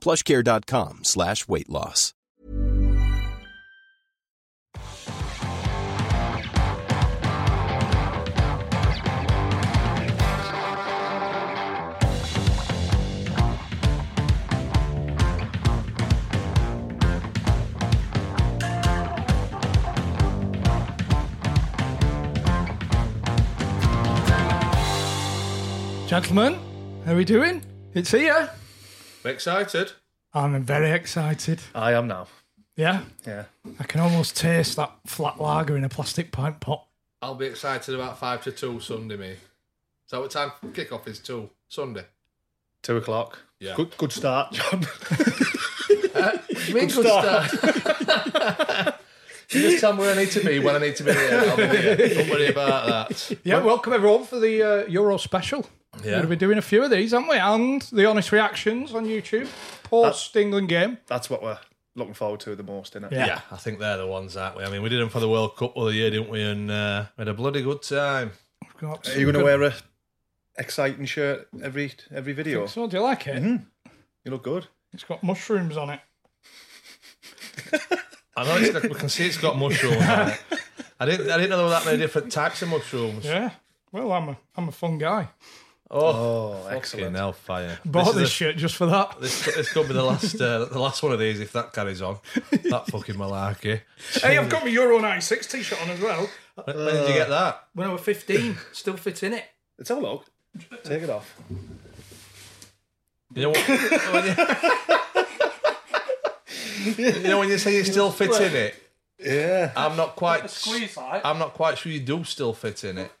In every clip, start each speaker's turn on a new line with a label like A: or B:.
A: plushcare.com slash weight loss.
B: Gentlemen, how are we doing? It's here.
C: Excited.
B: I'm very excited.
C: I am now.
B: Yeah,
C: Yeah.
B: I can almost taste that flat lager in a plastic pint pot.
C: I'll be excited about five to two Sunday, me. Is that what time kickoff is? Two Sunday.
D: Two o'clock.
C: Yeah.
D: Good, good start, John.
C: Me
D: Good start.
C: You just tell me where I need to be when I need to be here. I'll be here. Don't worry about that.
B: Yeah, welcome everyone for the uh, Euro special. We're
C: Yeah.
B: going to be doing a few of these, aren't we? And the honest reactions on YouTube post England game.
D: That's what we're looking forward to the most, innit?
B: Yeah.
C: Yeah. I think they're the ones, aren't we? I mean, we did them for the World Cup the other year, didn't we? And uh, we had a bloody good time.
B: We've got
D: Are you going to wear a exciting shirt every every video?
B: So, do you like it?
D: You look good.
B: It's got mushrooms on it.
C: I know it's, we can see it's got mushrooms. on it. I didn't. I didn't know there were that many different types of mushrooms.
B: Yeah. Well, I'm a I'm a fun guy.
C: Oh, fucking
D: excellent.
C: hellfire!
B: Bought
C: This
B: this,
C: is a-
B: shit just for that.
C: This, this could be the last uh, the last one of these if that carries on. That fucking malarkey.
B: hey, I've got my Euro '96 t-shirt on as well.
C: When, when did you get that?
B: When I was 15, still fit in it.
D: Let's have a look. Take it off.
C: You know, what, when you, you know when you say you still fit in it.
D: Yeah.
C: I'm not quite.
B: Squeeze like.
C: I'm not quite sure you do still fit in it.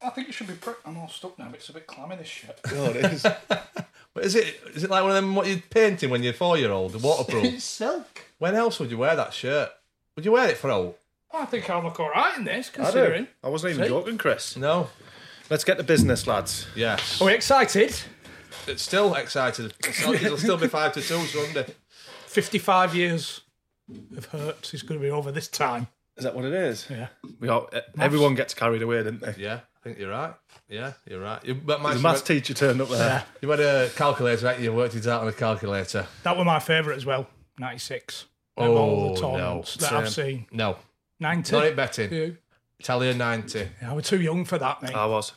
B: I think it should be. Pre- I'm all stuck now. It's a bit clammy. This shit.
D: God, it is.
C: But is it is it like one of them what you're painting when you're four year old waterproof?
B: silk.
C: when else would you wear that shirt? Would you wear it for all?
B: I think I'll look all right in this,
D: I
B: considering.
D: do. I wasn't even
B: See?
D: joking, Chris.
C: No.
D: Let's get to business, lads.
C: Yes.
B: Are we excited?
C: It's still excited. It's not- It'll still be five to two Sunday.
B: 55 years of hurts is going to be over this time.
D: Is that what it is?
B: Yeah.
D: We all, eh, everyone gets carried away, didn't they?
C: Yeah, I think you're right. Yeah, you're right. You, but my
D: The maths teacher turned up there.
C: You had a calculator, right? You worked it out on a calculator.
B: That were my favourite as well. 96. of
C: Oh,
B: all the
C: no.
B: tournaments that I've seen.
C: No,
B: 90.
C: not it betting.
B: Yeah.
C: Italian 90.
B: Yeah, I was too young for that, mate.
C: Ah.
D: I was.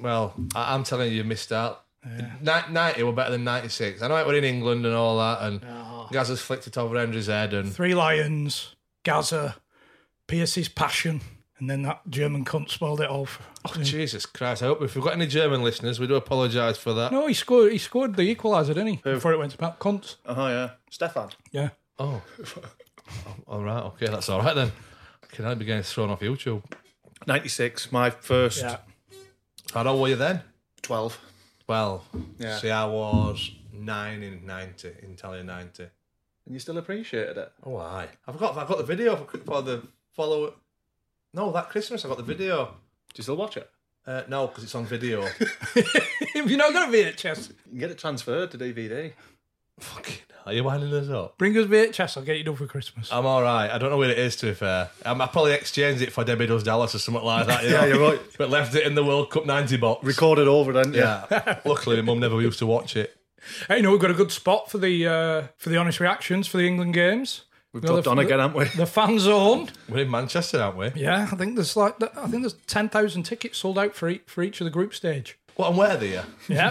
C: Well, I, I'm telling you, you missed out. Ni- 90 were better than 96. I know it were in England and all that, and Gaz has flicked it over Henry's head. And
B: Uh-huh. Three Lions, Gaza, Pierce's Passion, and then that German cunt spoiled it all. For,
C: Oh, Jesus Christ, I hope if we've got any German listeners, we do apologise for that.
B: No, he scored. He scored the equaliser, didn't he? Before it went to penalty. Cunts.
D: Oh, uh-huh, yeah. Stefan.
B: Yeah.
C: Oh, all right, okay, that's all right then. Can I be getting thrown off YouTube?
D: 96, my first
B: Yeah.
C: How old were you then?
D: 12.
C: 12.
D: Yeah.
C: See, I was 9 in 90, in Italian 90.
D: And you still appreciated it?
C: Oh, aye. I've got, I've got the video for, for the follow. No, that Christmas I got the video.
D: Do you still watch it?
C: Uh, no, because it's on video.
B: if you're not going to VHS,
D: You can get it transferred to DVD.
C: Fucking, hell, are you winding us up?
B: bring us VHS. I'll get you done for Christmas.
C: I'm all right. I don't know where it is. To be fair, um, I probably exchanged it for Debbie Does Dallas or something like that. You know?
D: right.
C: But left it in the World Cup 90 box.
D: Recorded over, didn't you?
C: yeah. Luckily, my mum never used to watch it.
B: Hey, you know we've got a good spot for the uh, for the honest reactions for the England games.
D: We've
B: Well,
D: got
B: the-
D: on again, haven't we?
B: The fan zone.
C: We're in Manchester, aren't we?
B: Yeah, I think there's like I think e, there's ten thousand tickets sold out for each, for each of the group stage.
C: What and where are they? uh?
B: Yeah,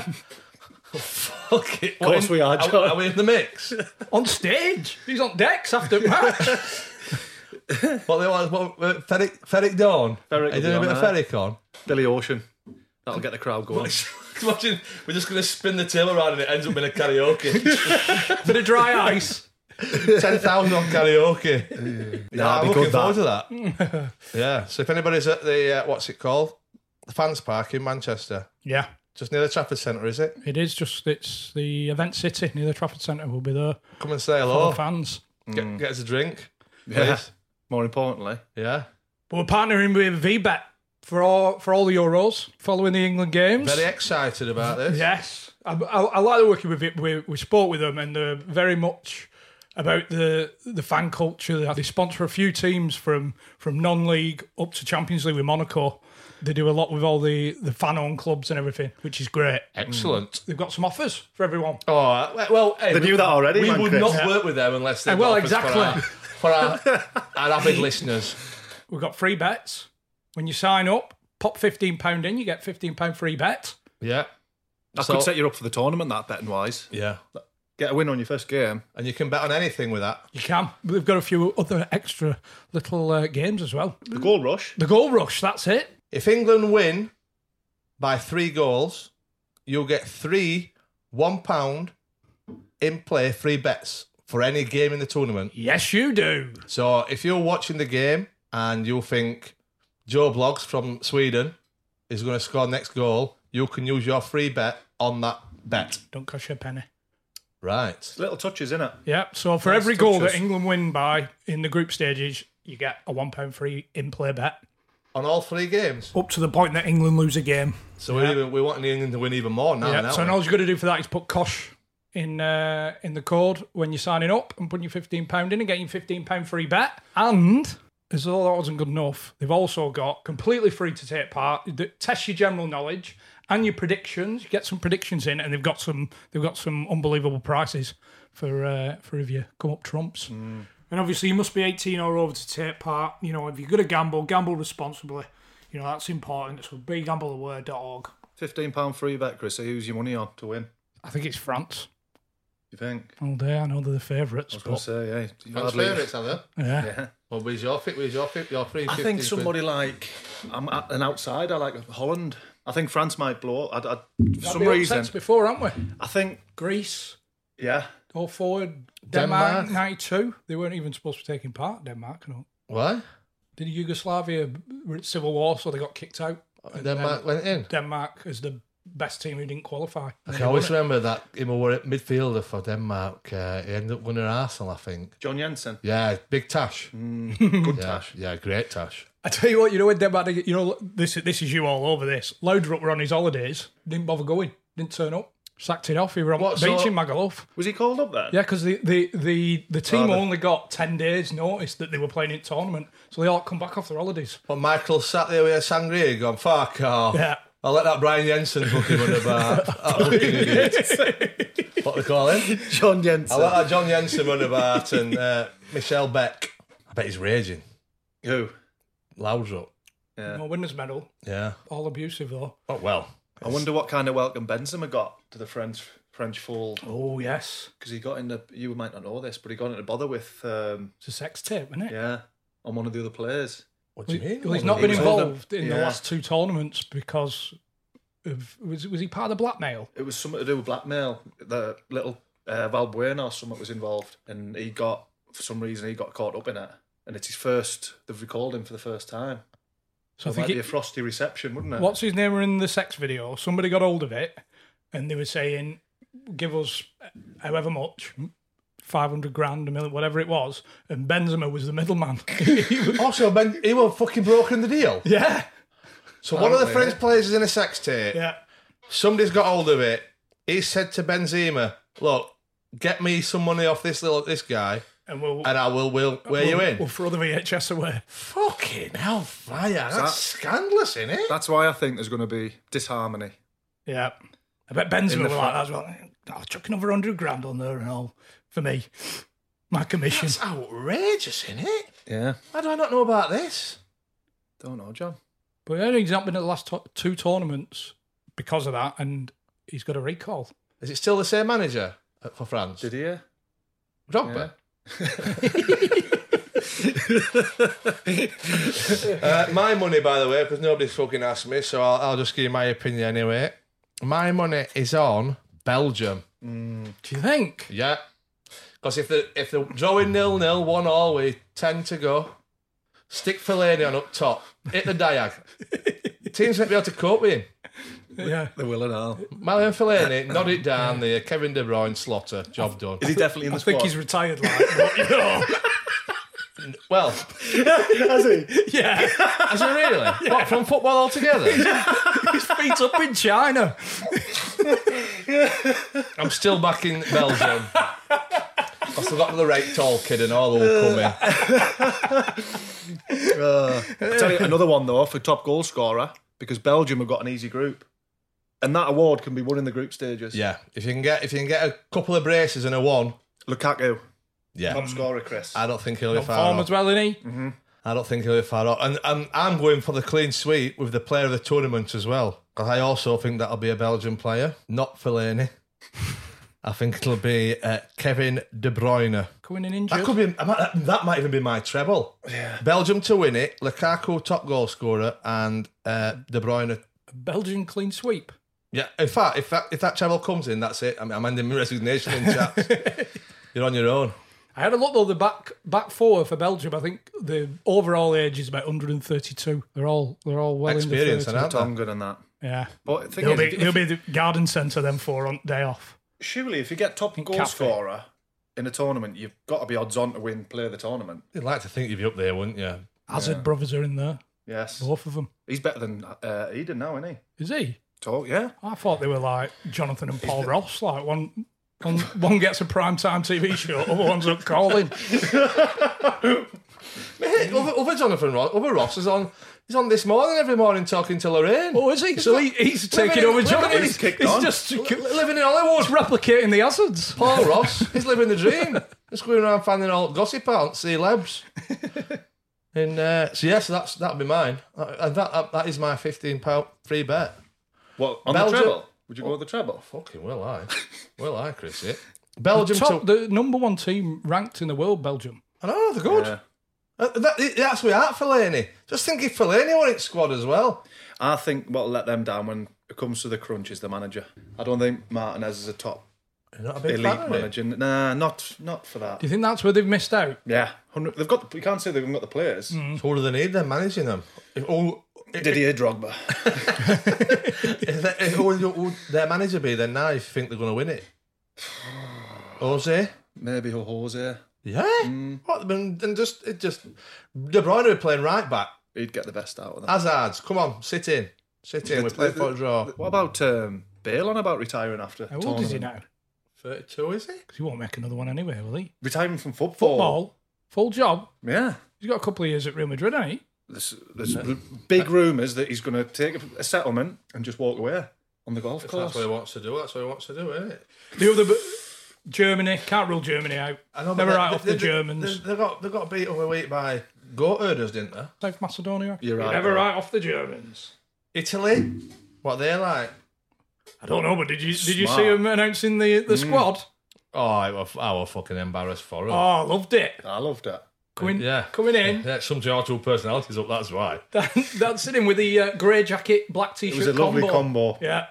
C: Fuck it. Of
E: course we are,
C: are,
E: John.
C: are we in the mix?
B: On stage. He's on decks after the match.
C: what they want? What, uh, Ferric, Ferric Dawn.
D: Ferric
C: Are you
D: will
C: doing a
D: be
C: bit
D: on
C: of
D: there.
C: Ferric on?
D: Billy Ocean. That'll get the crowd going.
C: Imagine we're just going to spin the table around and it ends up being a karaoke.
B: Bit of dry ice.
C: 10,000 on karaoke.
E: Nah,
C: I'm
E: be
C: looking
E: good,
C: forward
E: that.
C: to that. yeah. So if anybody's at the, uh, what's it called? The Fans Park in Manchester.
B: Yeah,
C: Just near the Trafford Centre, is it?
B: it is just, it's the event city near the Trafford Centre. We'll be there
C: Come and say
B: for
C: hello.
B: the fans. Mm.
C: Get, get us a drink.
D: Yeah.
C: please.
D: More importantly,
C: Yeah.
B: But we're partnering with VBet for all, for all the Euros following the England games.
C: Very excited about this.
B: Yes, I, I, I like working with it. We, we spoke with them, and they're very much about the the fan culture. They sponsor a few teams from from non league up to Champions League with Monaco. They do a lot with all the the fan owned clubs and everything, which is great.
C: Excellent.
B: They've got some offers for everyone.
C: Oh well, hey,
D: They
C: we-
D: knew that already,
C: We
D: man,
C: would
D: Chris.
C: not work with them unless they.
B: Yeah, Eh, well,
C: got offers
B: exactly.
C: For our, for our, our avid listeners,
B: We've got free bets when you sign up. Pop fifteen pound in, you get fifteen pound free bet.
C: yeah,
D: that
C: So-
D: could set you up for the tournament. That betting wise,
C: yeah,
D: get a win on your first game.
C: and you can bet on anything with that.
B: You can. We've got a few other extra little uh, games as well.
D: The goal rush.
B: The goal rush. That's it.
C: If England win by three goals, you'll get three one pound in play free bets for any game in the tournament.
B: Yes, you do.
C: So if you're watching the game and you think Joe Blogs from Sweden is going to score next goal, you can use your free bet on that bet.
B: Don't cost you a penny.
C: Right.
D: Little touches in it.
B: Yeah. So for
D: Nice
B: every goal
D: touches.
B: that England win by in the group stages, you get a one pound free in play bet
C: on all three games.
B: up to the point that England lose a game.
C: So we're, even, we're wanting England to win even more now.
B: yeah.
C: aren't
B: So
C: we?
B: all you've got to do for that is put Kosh in uh, in the code when you're signing up and putting your fifteen pound in and getting your fifteen pound free bet. And as though that wasn't good enough, they've also got completely free to take part. th- Test your general knowledge and your predictions. You get some predictions in, and they've got some they've got some unbelievable prices for uh, for if you come up trumps. And obviously, you must be 18 or over to take part. You know, if you're going to gamble, gamble responsibly. You know, that's important. So begambleaware.org.
D: Fifteen pound free bet, Chris. Who's your money on to win?
B: I think it's France.
D: You think?
B: all day. I know they're the favourites,
D: I was going to
B: but
D: say, yeah. you
C: That's
D: hardly-
C: favourites, are they?
B: yeah.
C: Well, where's your fit? Where's your fit? Your three.
D: I
C: 15
D: think
C: quid.
D: somebody like I'm at an outsider like Holland. I think France might blow. I, I, for some
B: We've had
D: reason,
B: upsets before, haven't we?
D: I think
B: Greece,
D: yeah.
B: all forward. Denmark,
C: Denmark.
B: ninety-two. They weren't even supposed to be taking part. Denmark, no.
C: Why?
B: Did Yugoslavia were at civil war, so they got kicked out.
C: Denmark went in.
B: Denmark is the best team who didn't qualify.
C: I always remember that him who were at midfielder for Denmark. Uh, he ended up winning Arsenal, I think.
D: John Jensen,
C: Yeah, big Tash.
D: good
C: yeah,
D: tash.
C: Yeah, great Mm, Tash.
B: I tell you what, you know when Denmark, you know this this is you all over this. Laudrup were on his holidays, didn't bother going, didn't turn up, sacked it off. He were on
C: What,
B: the beach
C: so-
B: in Magaluf.
D: Was he called up then?
B: Yeah, because the, the, the, the team
D: Oh, they-
B: only got 10 days' notice that they were playing in tournament, so they all come back off their holidays.
C: But Michael sat there with a sangria going, fuck off.
B: Yeah.
C: I'll let that Brian Jensen book him under bar. That fucking idiot. what they call him?
D: John
C: I
D: Jensen.
C: let that John Jensen run about and uh, Michelle Beck. I bet he's raging.
D: Who?
C: Loudrup.
D: Yeah.
B: No winners' medal,
C: Yeah.
B: all abusive though.
C: Oh well.
D: I wonder what kind of welcome Benzema got to the French French fold
B: Oh, yes.
D: because he got into. You might not know this, but he got into bother with um,
B: It's a sex tape, isn't it?
D: yeah on one of the other players.
C: What
B: Well, well, he's not
D: he
B: been
D: was with them.
B: involved in the
D: Yeah.
B: last two tournaments because of. Was, was he part of the blackmail?
D: It was something to do with blackmail. The little uh, Valbuena or something was involved, and he got for some reason he got caught up in it. And it's his first. They've recalled him for the first time.
B: So I
D: it might
B: think
D: be a
B: it,
D: frosty reception, wouldn't it?
B: what's his name were in the sex video. Somebody got hold of it and they were saying, give us however much. 500 grand, a million, whatever it was, and Benzema was the middleman. He was-
C: Also, Ben, he was fucking broken the deal.
B: yeah,
C: So one of the
D: Apparently,
C: French
D: yeah.
C: players is in a sex tape.
B: yeah.
C: Somebody's got hold of it. He said to Benzema, "Look, get me some money off this little this guy,
B: And we'll
C: and I will will wear
B: we'll,
C: you in."
B: We'll throw the VHS away.
C: Fucking hellfire! That's
D: that-
C: scandalous, isn't it?
D: That's why I think there's going to be disharmony.
B: Yeah. I bet Benzema
D: In the
B: were like that as well. I'll chuck another hundred grand on there and all for me. My commission.
C: That's outrageous, isn't it?
D: Yeah.
C: How do I not know about this?
D: Don't know, John.
B: But yeah, he's not been at the last to- two tournaments because of that, and he's got a recall.
C: Is it still the same manager uh, for France?
D: Did he? Yeah?
C: Drogba? Uh, my money, by the way, because nobody's fucking asked me, so I'll, I'll just give you my opinion anyway. My money is on Belgium.
B: Do you think?
C: Yeah. Because if the if the drawing nil nil one all we ten to go, stick Fellaini on up top, hit the diag. Teams won't be able to cope with him.
B: Yeah.
D: They will and all.
C: Marion Fellaini, nod it down there. Kevin De Bruyne, Slaughter, job done.
D: Is he definitely in the
B: I think he's retired, like. you know.
C: Well,
D: Has he?
B: Yeah.
C: is he really? What from football altogether?
B: His feet's up in China.
C: I'm still back in Belgium. I still got the right tall kid and all will come in.
D: Uh, I'll tell you another one though for top goal scorer because Belgium have got an easy group, and that award can be won in the group stages.
C: Yeah, if you can get if you can get a couple of braces and a one,
D: Lukaku,
C: yeah,
D: top scorer, Chris.
C: I don't think he'll be
B: Not
C: far
B: form
C: off.
B: as Um, well, isn't he?
C: I don't think he'll be far off. And I'm, I'm going for the clean sweep with the player of the tournament as well. 'Cause I also think that'll be a Belgian player, not Fellaini. I think it'll be uh, Kevin De Bruyne.
B: Coming in injured.
C: That could be I might- that, that might even be my treble. Belgium to win it, Lukaku top goal scorer, and uh, De Bruyne.
B: Belgian clean sweep.
C: Yeah, in fact, if that if that treble comes in, that's it. I'm, I'm ending my resignation in chats. You're on your own.
B: I had a look though. The back back four for Belgium. I think the overall age is about 132. They're all they're all well
C: Experience,
B: in
C: and
B: the 30s.
C: aren't they?
D: Tongan and that.
B: Yeah,
D: But the thing
B: they'll
D: is,
B: be they'll be the garden centre then for on day off.
D: surely if you get top goal
B: Cafe.
D: scorer in a tournament, you've got to be odds on to win play of the tournament.
C: You'd like to think you'd be up there, wouldn't you?
B: Hazard brothers are in there.
D: Yes,
B: Both of them.
D: he's better than uh, Eden now, isn't he?
B: Is he?
D: Talk, yeah.
B: I thought they were like Jonathan and Paul Ross. Like one. One, one gets a prime time TV show, other one's up calling.
C: Mate, other, other Jonathan Ross, other Ross is on. He's on this morning every morning talking to Lorraine.
B: Oh, is he? So he, he's taking
C: in-
B: over
C: living
B: Jonathan.
C: in-
B: He's,
D: kicked
B: he's
D: on.
B: just
C: Li- living in Hollywood.
B: replicating the hazards.
C: Paul Ross, he's living the dream. Just going around finding all gossip out, see celebs. and uh, so yes, that's that'll be mine. Uh, And that uh, that is my fifteen pound free bet.
D: What on
C: Belgium-
D: the treble? Would you go with the treble?
C: Fucking well, I, well, I, Chris. It. Belgium.
B: Top,
C: to,
B: the number one team ranked in the world, Belgium.
C: I know they're good.
D: Yeah.
C: Uh, that, that's without Fellaini. Just think if Fellaini were in squad as well.
D: I think what'll let them down when it comes to the crunch is the manager. I don't think Martinez is a top
C: You're not a big fan
D: elite
C: of him.
D: manager. Nah, not not for that.
B: Do you think that's where they've missed out?
D: Yeah, 100 they've got. The, you can't say they've got the players.
B: Mm.
C: So what do they need? They're managing them. If
B: Oh,
C: all-
D: Didier Drogba.
C: If they- if who would- who would their manager be then now if you think they're going to win it? Jose?
D: Maybe Jose.
C: Yeah. What? then then just, it just, De Bruyne are playing right back.
D: He'd get the best out of them.
C: Hazard's, come on, sit in. Sit in, we're playing for a draw.
D: What about um, Bale on about retiring after?
B: How old is he
D: tournament?
B: now?
C: 32, is he?
B: Because he won't make another one anyway, will he?
D: Retiring from football.
B: Football, full job.
D: Yeah.
B: He's got a couple of years at Real Madrid, ain't he?
D: There's, there's r- big rumours that he's going to take a- a settlement and just walk away on the golf
C: That's
D: course.
C: what he wants to do, that's what he wants to do, isn't it?
B: The other, b- Germany can't rule Germany out. They were right off the Germans.
C: They, they, got, they got beat away week by goat herders, didn't they?
B: South Macedonia.
D: You're right,
B: Never
D: though.
B: right off the Germans.
C: Italy? What they're like?
B: I don't Mm. know, but did you did you
D: Smart.
B: see him announcing the, the squad?
C: Oh, I were, I were fucking embarrassed for him.
B: Oh, I loved it.
D: I loved that.
B: Coming,
C: Yeah.
B: coming in,
C: Yeah, some Giorgio personalities up, that's why.
B: dan- dancing in with the uh, grey jacket, black
D: It
B: t-shirt.
D: was a lovely combo.
B: Yeah,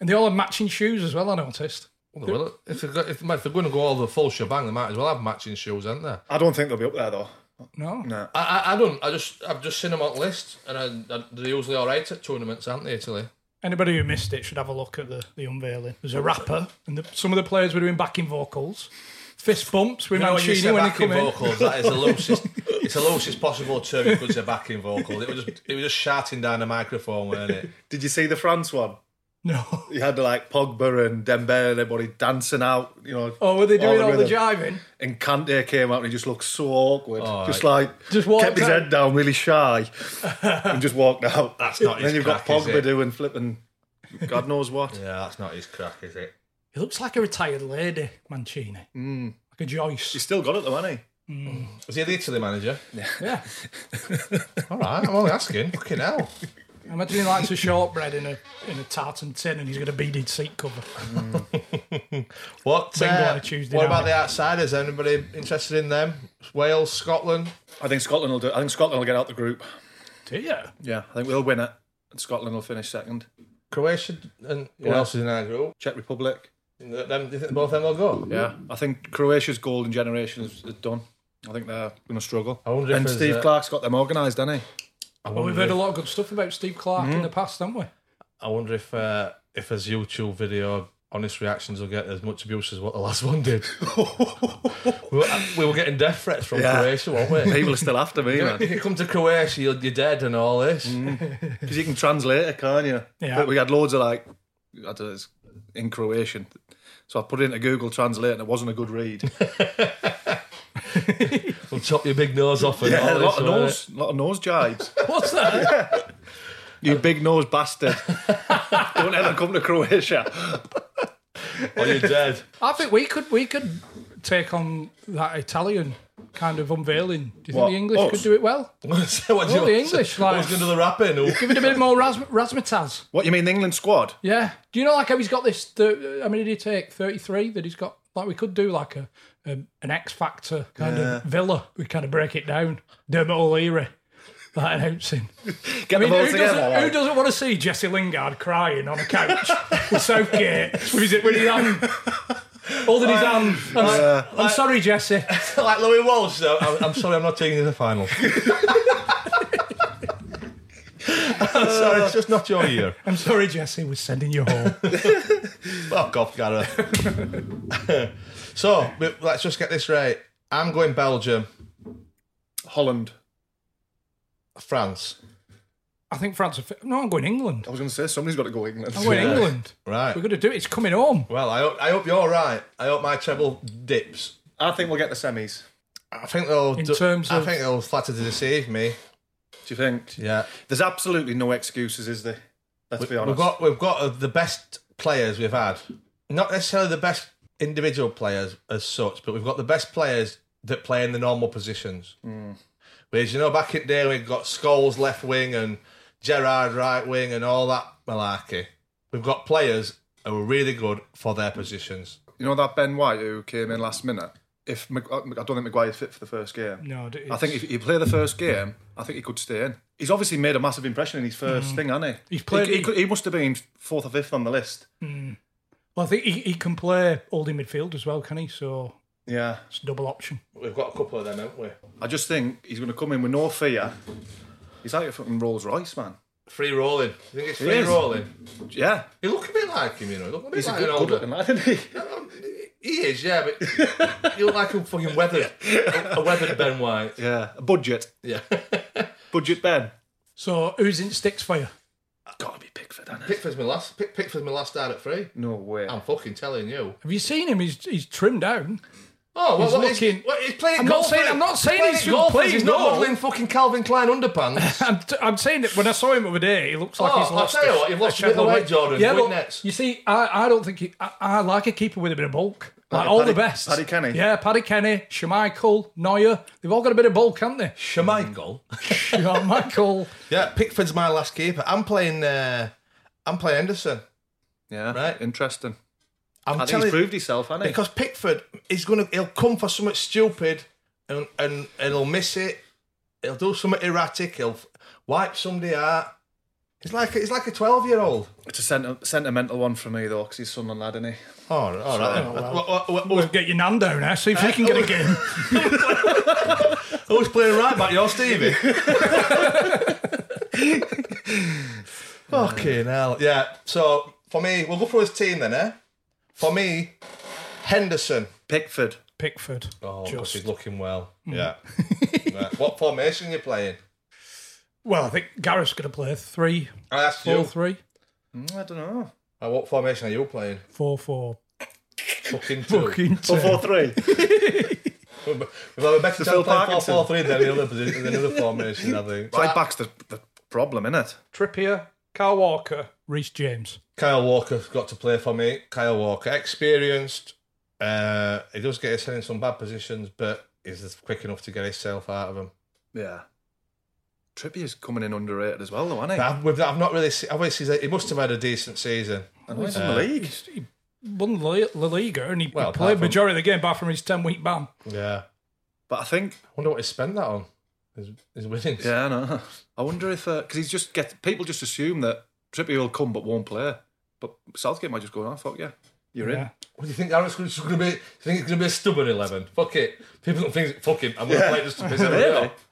B: and they all had matching shoes as well. I noticed.
C: Well, they will. If they're, go- if, if they're going to go all the full shebang, they might as well have matching shoes, aren't they?
D: I don't think they'll be up there though.
B: No,
D: No.
C: I, I, I don't. I just I've just seen them on the list, and I, I- they're usually all right at tournaments, aren't they? Italy.
B: Anybody who missed it should have a look at the, the unveiling. There's a rapper, and the, some of the players were doing backing vocals, fist bumps with Mancini when he come in.
C: vocals, that is the loosest. it's the loosest possible term you could say backing vocals. It was just it was just shouting down the microphone, weren't it?
D: Did you see the France one?
B: No.
D: You had like Pogba and Dembele and everybody dancing out, you know.
B: Oh, were they doing all the,
D: rhythm.
B: jiving?
D: And Kante came out and he just looked so awkward. just like
B: Just walked
D: kept his
B: out.
D: head down, really shy, and just walked out.
C: That's not his
D: Then you've got
C: crack, is
D: Pogba
C: it?
D: doing flipping, God knows what.
C: Yeah, that's not his crack, is it?
B: He looks like a retired lady, Mancini. Mm. Like a
D: He's
B: Joyce.
D: still got it though, hasn't he?
C: Was he the Italy manager?
B: Yeah.
C: All right, I'm only asking. Fucking hell.
B: Imagine he likes a shortbread in a in a tartan tin, and he's got a beaded seat cover.
C: What?
B: Bingo
C: uh,
B: on a Tuesday
C: what about
B: night.
C: the outsiders? Anybody interested in them? Wales, Scotland.
D: I think Scotland will do. I think Scotland will get out the group.
B: Do you?
D: Yeah, I think we'll win it. And Scotland will finish second.
C: Croatia and who
D: Yeah.
C: else is in our group?
D: Czech Republic.
C: Them, do you think both of them will go?
D: Yeah, I think Croatia's golden generation is, is done. I think they're going to struggle.
C: I wonder if
D: And
C: there's
D: Steve
C: a-
D: Clark's got them organised, hasn't he?
C: I
B: Well,
C: wonder,
B: we've heard a lot of good stuff about Steve Clark in the past, haven't we?
C: I wonder if uh, if his YouTube video honest reactions will get as much abuse as what the last one did. we, were, we were getting death threats from
D: Yeah.
C: Croatia, weren't we?
D: People are still after me,
C: If
D: man.
C: you come to Croatia, you're, you're dead and all this.
D: Because you can translate it, can't you?
B: Yeah.
D: But we had loads of like, I don't know, it's in Croatian. So I put it into Google Translate and it wasn't a good read.
C: We'll chop your big nose off and all
D: yeah, a
C: this.
D: lot of
C: weren't it?
D: nose, lot of nose jibes.
B: What's that?
D: You big nose bastard. Don't ever come to Croatia.
C: Or you're dead.
B: I think we could we could take on that Italian kind of unveiling. Do you think
D: What?
B: the English
D: Us?
B: could do it well?
C: so what do
B: Well,
C: you-
B: the English,
C: I
B: like-
C: was going to do the rapping. Who-
B: Give it a bit more ras- razzmatazz.
D: What you mean, the England squad?
B: Yeah. Do you know like how he's got this? The, I mean, did he take thirty three? That he's got like we could do like a, a an X Factor kind of villa. We kind of break it down. Dermot O'Leary. That announcing.
D: Get
B: I mean,
D: them all
B: who
D: together.
B: doesn't, who doesn't want to see Jesse Lingard crying on a couch with Southgate with his, with his hand, holding his hand? I'm, s- I'm sorry, Jesse.
C: like Louis Walsh, though. I'm, I'm sorry, I'm not taking you to the final. I'm sorry, it's just not your year.
B: I'm sorry, Jesse. We're sending you home.
C: Fuck off, Gareth. so we- let's just get this right. I'm going Belgium,
D: Holland.
C: France.
B: I think France. Are fi- no, I'm going England.
D: I was going to say somebody's got to go England.
B: I'm going
C: Yeah.
B: Oh, England.
C: Right.
B: We're going to do it. It's coming home.
C: Well, I hope, I hope you're right. I hope my treble dips.
D: I think we'll get the semis.
C: I think they'll.
B: In
C: do-
B: terms
C: I
B: of-
C: think they'll flatter to deceive me.
D: Do you think?
C: Yeah.
D: There's absolutely no excuses, is there? Let's be honest.
C: We've got we've got uh, the best players we've had. Not necessarily the best individual players as such, but we've got the best players that play in the normal positions.
D: Hmm.
C: Whereas you know back in the day we've got Scholes left wing and Gerard right wing and all that malarkey. We've got players who are really good for their positions.
D: you know that Ben White who came in last minute. If Mag- uh, I don't think Maguire's fit for the first game.
B: No, d-
D: I think if he play the first game, I think he could stay in. He's obviously made a massive impression in his first thing, hasn't he?
B: Mm. He's played-
D: He, he could- he must have been fourth or fifth on the list.
B: Well, I think he, he can play oldie midfield as well, can he? So
D: Yeah.
B: it's a double option.
C: We've got a couple of them, haven't we?
D: I just think he's going to come in with no fear. He's like a fucking Rolls Royce, man.
C: Free rolling. You think it's free
D: is.
C: rolling?
D: Yeah.
C: You look a bit like him, you know. You look a bit
D: He's
C: like
D: a good,
C: an
D: good
C: older.
D: looking lad, isn't he?
C: he is, yeah, but you look like a fucking weathered, a weathered Ben White.
D: Yeah. A budget.
C: Yeah.
D: Budget Ben.
B: So who's in sticks for you?
D: Gotta be Pickford, hasn't Oh, it?
C: Pickford's my last. Pick, Pickford's my last start at three.
D: No way.
C: I'm fucking telling you.
B: Have you seen him? He's he's trimmed down.
C: Oh,
B: He's
C: what, what,
B: looking-
C: he's, what, he's playing
B: I'm not
C: golf.
B: saying-
C: for-
B: I'm not saying
C: playing
B: he's
C: at golf.
B: playing
C: He's not
B: golf.
C: modelling fucking Calvin Klein underpants.
B: I'm, t- I'm saying that when I saw him the other day, he looks like
C: Oh,
B: he's
C: I'll
B: lost.
C: tell you what, you've lost a bit of
B: Sheffield
C: weight,
B: weight.
C: Jordan,
B: Yeah,
C: with
B: but
C: nets.
B: you see, I, I don't think he, I, I like a keeper with a bit of bulk. Like
D: Paddy-
B: all the
D: Paddy-
B: best.
D: Paddy Kenny?
B: Yeah, Paddy Kenny, Schmeichel, Neuer. They've all got a bit of bulk, haven't they?
C: Schmeichel.
B: Schmeichel.
C: yeah, Pickford's my last keeper. I'm playing. Uh, I'm playing Henderson.
D: Yeah.
C: Right.
D: Interesting.
C: I'm
D: I think
C: telling
D: he's proved himself, hasn't he?
C: because Pickford is gonna. He'll come for something stupid, and and and he'll miss it. He'll do something erratic. He'll f- wipe somebody out. It's like it's like a twelve year old.
D: It's a senti- sentimental one for me though, because he's Sunderland lad, isn't he?
C: Oh, all right.
B: Oh, well.
C: What- what- what-
B: We'll get your nan down now, see if he can get a game.
C: Who's playing right back? You're Stevie. Fucking hell. Yeah. So for me, we'll go through his team then, eh? For me, Henderson.
D: Pickford.
B: Pickford.
C: Oh,
B: just.
C: because he's looking well. Yeah. Right. What formation you playing?
B: Well, I think Gareth's going to play three,
C: I asked
B: four,
C: you.
B: three,
D: Mm, I don't know.
C: Uh, what formation are you playing?
B: four, four.
C: Fucking two.
B: Fucking two.
D: three.
C: We've had a better chance playing
D: Phil Parkinson.
C: 4-4-3 than the other, position- than the other formation, I think.
D: right back's the, the problem, innit?
B: Trippier, Carl Walker, Reece James.
C: Kyle Walker's got to play for me. Kyle Walker, experienced. Uh, he does get his head in some bad positions, but he's quick enough to get himself out of them.
D: Yeah. Trippier's coming in underrated as well, though, isn't he?
C: I've, we've, I've not really seen. I've only seen that- he must have had a decent season.
D: I know he's in the league.
B: He's- He won La La Liga and he
C: Well, apart
B: played
C: from-
B: majority of the game apart from his 10 week ban.
C: Yeah.
D: But I think,
C: I wonder what he spent that on. His, his winnings.
D: yeah, I know. I wonder if, because he's just get people just assume that Trippier will come but won't play. But Southgate might just go, oh, fuck yeah, you're in.
B: Yeah.
C: What do you think? Aaron's going to be? Do you think it's going to be a stubborn eleven? Fuck it. People don't think. Fuck him. I'm going to play just to piss everybody
D: Really?
C: off.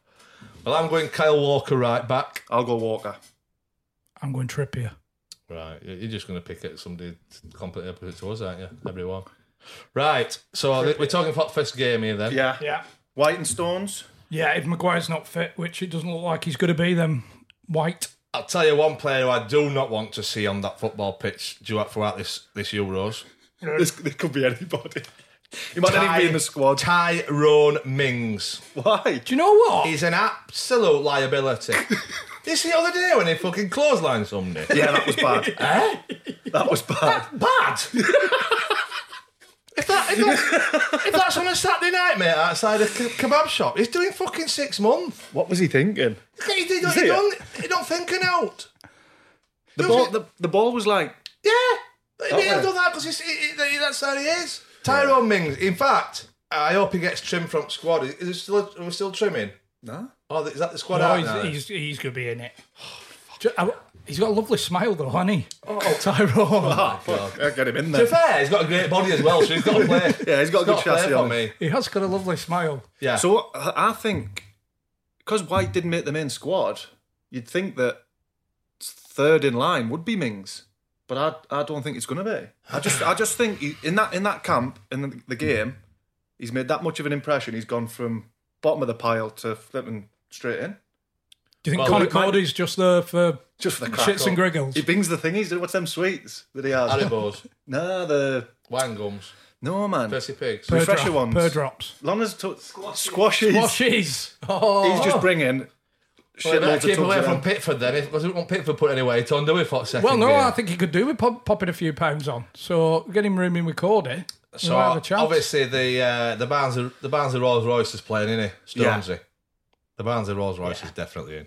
C: Well, I'm going Kyle Walker right back.
D: I'll go Walker.
B: I'm going Trippier.
C: Right, you- you're just going to pick at somebody completely opposite to us, aren't you? Everyone. Right. So th- we're talking about first game here then.
D: Yeah.
B: Yeah.
D: White and Stones.
B: Yeah, if Maguire's not fit, which it doesn't look like he's going to be, then White.
C: I'll tell you one player who I do not want to see on that football pitch due- throughout this this Euros.
D: This, it could be anybody. He might not even be in the squad.
C: Tyrone Mings.
D: Why?
B: Do you know what?
C: He's an absolute liability. This the other day when he fucking clotheslined somebody.
D: Yeah, that was bad.
C: Eh?
D: That was bad.
C: Bad. if, that, if, that's, if that's on a Saturday night, mate, outside a ke- kebab shop, he's doing fucking six months.
D: What was he thinking?
C: He, he, don't-
D: See
C: he
D: it?
C: don't, he don't think an out.
D: The ball, the, the ball was like,
C: Yeah. He
D: Don't
C: he'll
D: they?
C: do that because that's how he is. Tyrone Mings. In fact, I hope he gets trimmed from squad. Is it still, are we still trimming?
D: no.
C: Oh, is that the squad
B: No,
C: out
B: he's,
C: now?
B: he's, he's going to be in it. Do you- I- he's got a lovely smile, though, hasn't he? Oh, Tyrone.
D: Oh, fuck. I'll get him in
C: To be
D: there.
C: fair, he's got a great body as well, so he's got to play.
D: Yeah, he's got a good
C: to play
D: chassis
C: for
D: on
C: me.
B: He has got a lovely smile.
C: Yeah.
D: So what- I I think because White didn't make the main squad, you'd think that third in line would be Mings, but I I don't think it's going to be. I just I just think he, in that in that camp in the, the game, he's made that much of an impression. He's gone from bottom of the pile to flipping straight in.
B: Do you think
C: Well,
B: Connor
C: it
D: might-
B: Cody's just there for
D: Just for the crack
B: shits and
D: up.
B: giggles?
D: He bings the thingies. What's them sweets that he has?
C: Haribos,
D: nah, the
C: wine gums,
D: no man.
C: Percy Pigs.
B: Per
D: refresher
B: drop-
D: ones.
B: Per drops.
D: Long as to- squashies.
B: Washies. Oh.
D: He's just bringing
C: Well,
D: shitloads
C: better
D: of
C: keep
D: tubs of
C: away
D: them.
C: from Pitford then, because we want Pitford put anyway. It's on, do we, for a second?
B: Well, no,
C: gear?
B: I think he could do with pop, popping a few pounds on. So get him room in with Cody.
C: so.
B: We'll have a chance.
C: obviously, the uh, the Barnes of, the Barnes of Rolls Royce is playing, isn't he?
D: Yeah.
C: Stormzy. The Barnes of Rolls Royce is definitely in.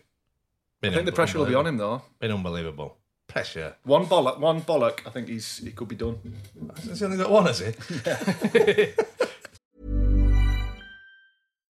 C: Been
D: I think the
C: unbe-
D: pressure will be on
C: unbelievable.
D: him though.
C: Been unbelievable. Pressure.
D: One bollock, one bollock. I think he's he could be done.
C: He's only got one, has he?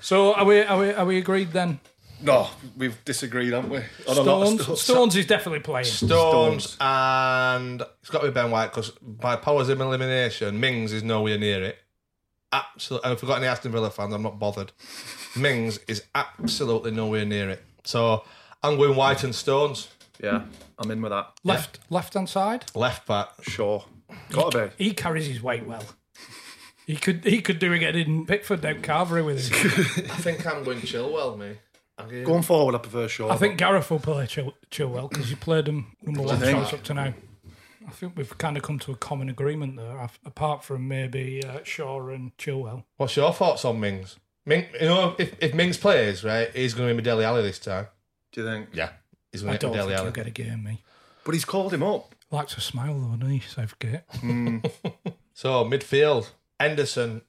B: so are we, are, we, are we agreed then?
D: No, we've disagreed, haven't we? On a lot of
B: Stones,
D: stuff.
B: Stones is definitely playing.
C: Stones,
D: Stones.
C: and it's got to be Ben White because by powers of elimination, Mings is nowhere near it. Absolutely, and if we've got any Aston Villa fans, I'm not bothered. Mings is absolutely nowhere near it. So I'm going White and Stones,
D: Yeah, I'm in with that.
B: Left left hand side.
C: left back.
D: Sure, gotta be.
B: He carries his weight well. He could he could do it in Pickford out Carvery with him.
C: I think I'm going Chilwell, me.
D: Going forward, I prefer Shaw.
B: I think Gareth will play Chil- Chilwell because you played him number one
D: think?
B: shots up to now. I think we've kind of come to a common agreement there, af- apart from maybe uh, Shaw and Chilwell.
C: What's your thoughts on Mings? Ming, you know, if, if Mings plays, right, he's going to be Deli Alley this time.
D: Do you think?
C: Yeah, he's
B: I
C: going to
B: don't
C: be
B: think
C: Deli
B: he'll
C: Alley.
B: get a game, me.
D: But he's called him up.
B: Likes a smile though, doesn't he, Southgate?
C: So midfield, Henderson.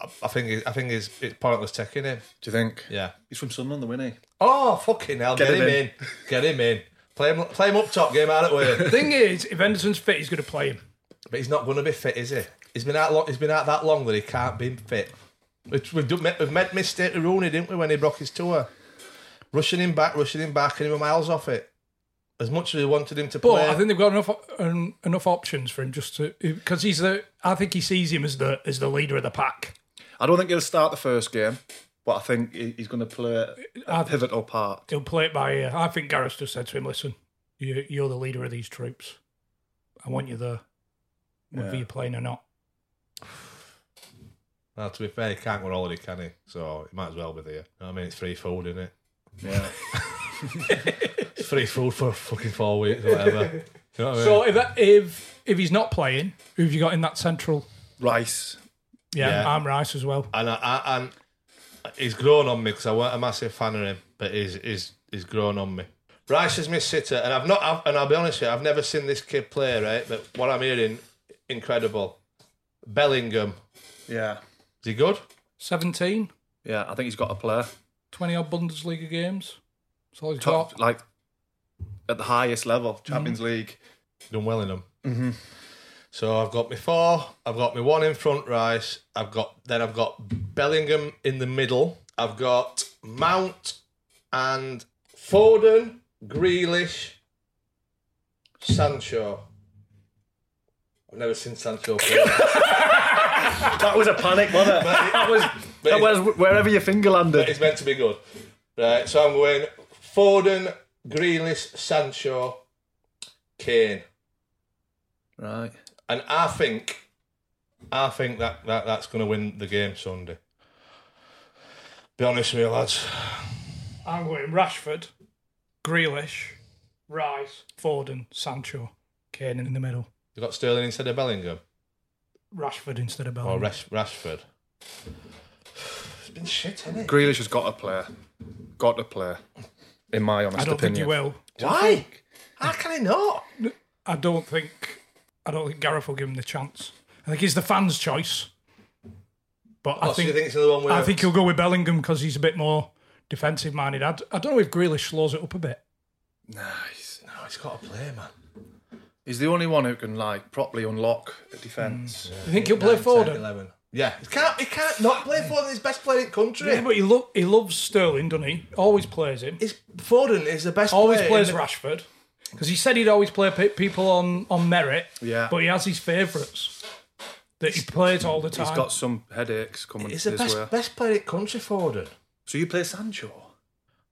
C: I, I think I think it's, it's pointless taking him.
D: Do you think?
C: Yeah.
D: He's from Sunderland, the winner.
C: Oh, fucking hell. Get, him, in. Get him in. Play him, play him up top, get him out of way.
B: Thing is, if Henderson's fit, he's going to play him.
C: but he's not going to be fit, is he? He's been out long, He's been out that long that he can't be fit. Which We've, done, we've made mistake to Rooney, didn't we, when he broke his tour? Rushing him back, rushing him back, and he were miles off it. As much as we wanted him to
B: But
C: play.
B: I think they've got enough um, enough options for him just to because he's the. I think he sees him as the as the leader of the pack.
D: I don't think he'll start the first game, but I think he- he's going to play
B: I
D: a
B: think-
D: pivotal part.
B: He'll play it by ear. I think Gareth just said to him, "Listen, you, you're the leader of these troops. I want you there, whether
D: Yeah.
B: you're playing or not."
C: Now, to be fair, he can't go on holiday, can he? So it might as well be there. You know what I mean, it's free food, isn't it?
D: Yeah.
C: It's free food for fucking four weeks or whatever. You know what I mean?
B: So if if if he's not playing, who have you got in that central?
D: Rice.
B: Yeah,
C: Yeah.
B: Arm Rice as well.
C: and I, I, and he's grown on me because I weren't a massive fan of him, but he's he's he's grown on me. Rice is my sitter, and I've not, I've, and I'll be honest with you, I've never seen this kid play, right? But what I'm hearing, incredible. Bellingham,
D: Yeah.
C: is he good?
B: 17,
D: Yeah. I think he's got a player.
B: 20 odd Bundesliga games. That's all he's
D: Top,
B: got.
D: like at the highest level,
B: Mm.
D: Champions League.
C: Done well in them. Mm-hmm. So I've got my four, I've got my one in front, Rice. I've got then I've got Bellingham in the middle. I've got Mount and Foden, Grealish, Sancho. I've never seen Sancho play.
D: That was a panic, wasn't it? that was that was wherever your finger
C: But
D: landed.
C: it's meant to be good. Right, so I'm going Foden, Grealish, Sancho, Kane.
D: Right.
C: And I think, I think that, that that's going to win the game Sunday. Be honest with you, lads.
B: I'm going Rashford, Grealish, Rice, Foden, Sancho, Kane in the middle.
C: You got Sterling instead of Bellingham
B: Rashford instead of
C: or
B: Bellingham.
C: Rash, Rashford. It's been shit, hasn't it?
D: Grealish has got a player. Got a player. In my honest
B: I don't
D: opinion.
B: think you will.
C: Why? How can he not?
B: I don't think I don't think Gareth will give him the chance. I think he's the fans' choice. But
C: Oh,
B: I
C: so
B: think
C: you think it's another one where
B: I think he'll go with Bellingham because he's a bit more defensive minded. I, d- I don't know if Grealish slows it up a bit.
D: Nice.
C: No, he's got to play, man.
D: He's the only one who can like properly unlock a defence.
B: You think he'll play
C: Nine, ten,
B: Foden?
C: eleven. Yeah, he can't. He can't not play Foden. He's best player in the country.
B: Yeah, but he lo- he loves Sterling, doesn't he? Always plays him.
C: He's- Foden is the best.
B: Always
C: player
B: plays
C: in the-
B: Rashford because he said he'd always play pe- people on on merit.
D: Yeah.
B: but he has his favourites that he plays all the time.
D: He's got some headaches coming
C: He's
D: his
C: the best,
D: way.
C: best player in the country. Foden.
D: So you play Sancho?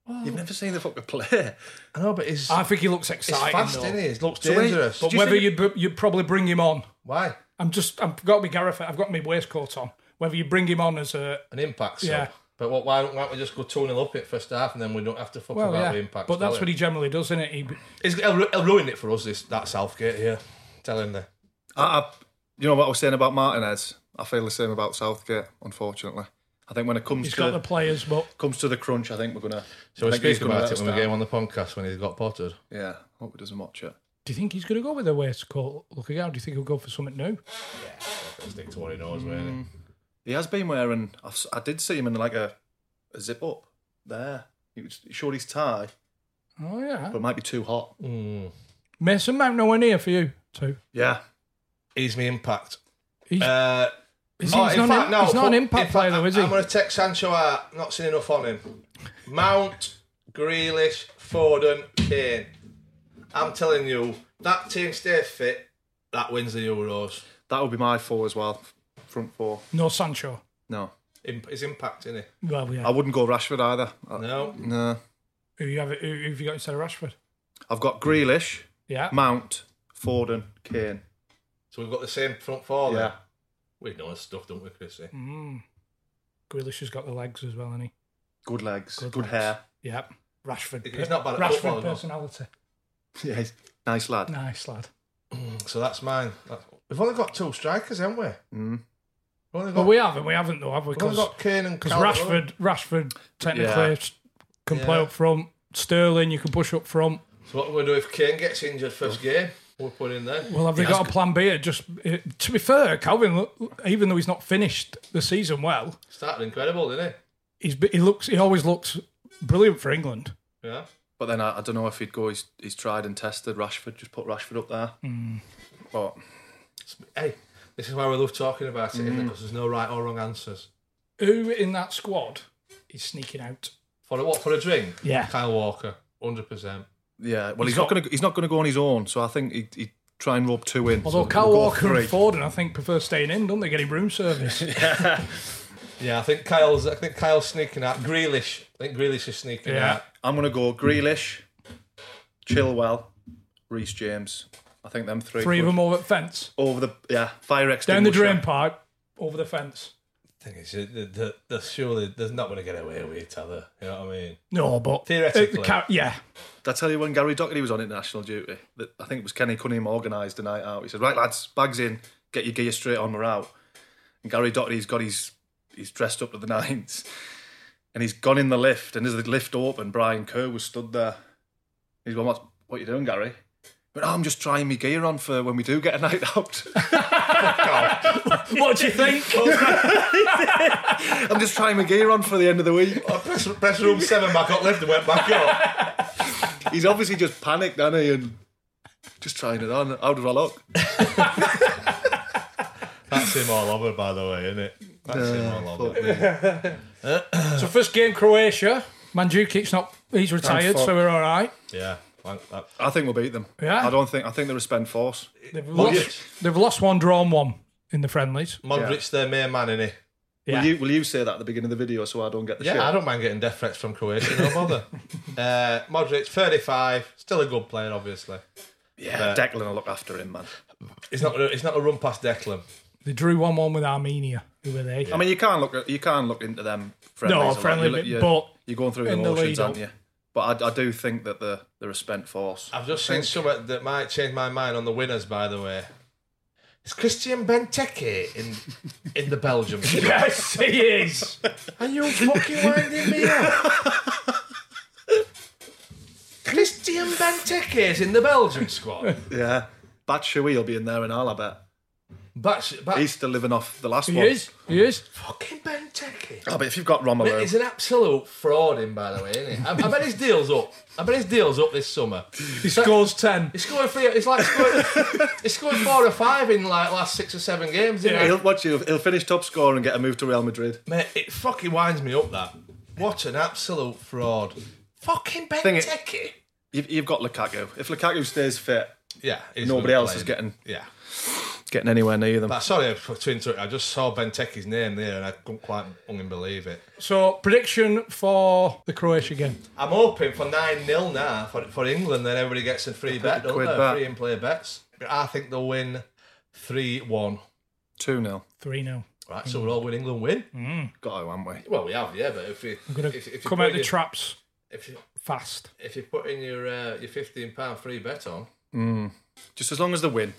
D: You've never seen the fucker play.
C: I know, but he's
B: I think he looks
C: he's
B: exciting.
C: fast,
B: though.
C: isn't he? He looks
D: So wait,
C: dangerous.
B: But
D: you
B: whether
D: say-
B: you br- you probably bring him on,
C: Why?
B: I'm just I've got my Gareth. I've got my waistcoat on. Whether you bring him on as a
C: an impact sub.
B: Yeah.
C: But what, why, don't, why don't we just go 2 0 up it first half and then we don't have to fuck
B: well,
C: about the
B: yeah,
C: impact?
B: but that's
C: tell
B: what he
C: him.
B: generally does, isn't it? He,
C: He's, he'll, ru- he'll ruin it for us, this that Southgate here. Tell him that.
D: I, I, you know what I was saying about Martinez? I feel the same about Southgate, unfortunately. I think when it comes
B: he's
D: to
B: got the players, but
D: comes to the crunch, I think we're gonna.
C: So
D: I
C: we
D: think he's
C: speak about
D: gonna
C: it
D: let
C: when we
D: us
C: get him
D: down.
C: on the podcast when he's got potted.
D: Yeah, hope he doesn't watch it.
B: do you think he's going to go with a waistcoat? Look again, do you think he'll go for something new?
C: He'll stick to what he
B: Hmm.
C: knows, really.
D: He has been wearing. I've, s- I did see him in like a, a zip up there. He, was, he showed his tie,
B: Oh yeah,
D: but it might be too hot.
B: Hmm.
C: Mm.
B: Mason Mount nowhere near for you too.
D: Yeah,
C: He's my impact.
B: He's,
C: Uh,
B: he's,
C: oh,
B: he's
C: in
B: not,
C: fact,
B: an,
C: no,
B: he's not an
C: fuck-
B: impact
C: in fact,
B: player though, is he?
C: I'm going to take Sancho out. Not seen enough on him. Mount, Grealish, Foden, Kane. I'm telling you, that team stay fit, that wins the Euros.
D: that would be my four as well. Front four.
B: No Sancho.
D: No,
C: Imp- His impact, isn't it?
B: Well, yeah.
D: I wouldn't go Rashford either. I-
C: No.
D: no,
B: who you have? Who, who have you got instead of Rashford?
D: I've got Grealish,
B: Yeah.
D: Mount, Foden, Kane.
C: So we've got the same front four then.
D: Yeah,
C: We know our stuff, don't we, Chrissy?
B: Mm. Grealish has got the legs as well, hasn't he?
D: good legs, good,
B: legs.
D: hair.
B: Yep. Rashford.
C: He's not bad at
B: Rashford
C: football, no.
B: personality.
D: Yeah, he's a nice lad.
B: Nice lad.
C: Mm, So that's mine. That's- We've only got two strikers, haven't we?
D: Mm.
C: We've only got,
B: Well, we haven't. We haven't though, have we?
C: we've only
B: Because
C: got Kane and Calvert-Lewin.
B: Rashford, Rashford technically
D: Yeah.
B: can play
C: Yeah.
B: up front. Sterling, you can push up front.
C: So what we'll do if Kane gets injured first game? We'll put in there.
B: Well, have they got a plan B? It just it, to be fair, Calvin, lo- even though he's not finished the season well,
C: Started incredible, didn't
B: he's be- he looks he always looks brilliant for England.
C: he? Yeah.
D: But then I, I don't know if he'd go. He's, he's tried and tested. Rashford just put Rashford up there.
B: Hmm.
D: But
C: Hey, this is why we love talking about it, isn't it? Because there's no right or wrong answers.
B: Who in that squad is sneaking out?
C: For a, what? For a drink?
B: Yeah.
C: Kyle Walker, 100%.
D: yeah, well, he's,
B: He's
D: not
B: got-
D: going to. He's not going to go on his own. So I think he he try and rub two in.
B: Although
D: so
B: Cal
D: we'll go
B: Walker
D: three.
B: and Foden, I think, prefer staying in, don't they? Getting room service.
C: Yeah, I think Kyle's. I think Kyle's sneaking out. Grealish. I think Grealish is sneaking
B: Yeah.
C: out.
D: I'm going to go Grealish, Chilwell, Reece James. I think them three.
B: Three of
D: could-
B: them over the fence,
D: over the yeah fire
B: down the
D: extinguisher.
B: drain pipe, over the fence.
C: thing is, uh, the the the surely they're not going to get away with it, are they? You know what I mean?
B: No, but
C: Theoretically.
B: Uh, ca- yeah,
D: Did I tell you when Gary Doherty was on international duty? That I think it was Kenny Cunningham organised a night out. He said, "Right lads, bags in, get your gear straight on, we're out." And Gary Doherty's got his he's dressed up to the nines, and he's gone in the lift. And as the lift opened, Brian Kerr was stood there. He's going, "What what you doing, Gary?" But I'm just trying my gear on for when we do get a night out.
B: what do you think?
D: I'm just trying my gear on for the end of the week.
C: I Oh, press, press room seven back up, left and went back up.
D: He's obviously just panicked, hasn't he? And just trying it on. How does I look?
C: That's him all over, by the way, isn't it? That's him all over.
B: so first game Croatia. Mandzukic not he's retired, so we're all right.
C: Yeah, like that.
D: I think we'll beat them.
B: Yeah.
D: I don't think. I think they're a spend force.
B: They've lost, they've lost one, drawn one in the friendlies.
C: Modric's their main man, innit?
B: Yeah.
D: Will you will you say that at the beginning of the video so I don't get the
C: Yeah,
D: shit?
C: I don't mind getting death threats from Croatia, no bother. uh, Modric, 35, still a good player, obviously.
D: yeah, Uh, Declan will look after him, man.
C: It's not, it's not a run past Declan.
B: They drew one one with Armenia. Who were they?
D: I mean, you can't look at- you can't look into them. Friendlies a lot.
B: friendly
D: You're-
B: bit,
D: you're,
B: but
D: you're going through the
B: in the
D: motions,
B: lead
D: aren't
B: up.
D: you? But I, I do think that they're they're a spent force.
C: I've just seen something that might change my mind on the winners, by the way. It's Christian Benteke in in the Belgium. squad.
B: Yes, he is.
C: Are you fucking winding me up? Christian Benteke is in the Belgium squad.
D: Yeah, Batshuayi will be in there, and I'll I bet
C: But, but
D: he's still living off the last
B: He
D: one.
B: is. He is.
C: fucking Benteke.
D: Oh, but if you've got Romelu,
C: He's an absolute fraud, him by the way, isn't he? I, I bet his deal's up. I bet his deal's up this summer.
B: He scores ten.
C: He's scoring three. It's like scoring, he's scoring four or five in like last six or seven games, isn't
D: he'll watch you. He'll finish top scorer and get a move to Real Madrid.
C: he? Mate, it fucking winds me up that. What an absolute fraud. Fucking
D: Thing is-
C: Benteke.
D: You've, you've got Lukaku. If Lukaku stays fit,
C: Yeah, he's
D: Nobody
C: gonna
D: else
C: play
D: is
C: him.
D: getting-
C: Yeah,
D: getting anywhere near them.
C: but sorry for to interrupt. I just saw Benteke's name there, and I couldn't quite fucking believe it.
B: So prediction for the Croatia game.
C: I'm hoping for 9 0 now for, for England, then everybody gets a free bet, don't
D: quid
C: they?
D: bet.
C: Free and play bets. I think they'll win 3 1.
D: Two 0
B: Three 0
C: Right, so we're all win England win?
D: Mm. Got to, haven't we?
C: Well, we have, yeah, but if you,
B: I'm gonna
C: if, if you
B: come
C: put
B: out
C: in
B: the
C: your,
B: traps
C: If you,
B: fast.
C: if you put in your uh, your £15 free bet on.
D: Just as long as they win,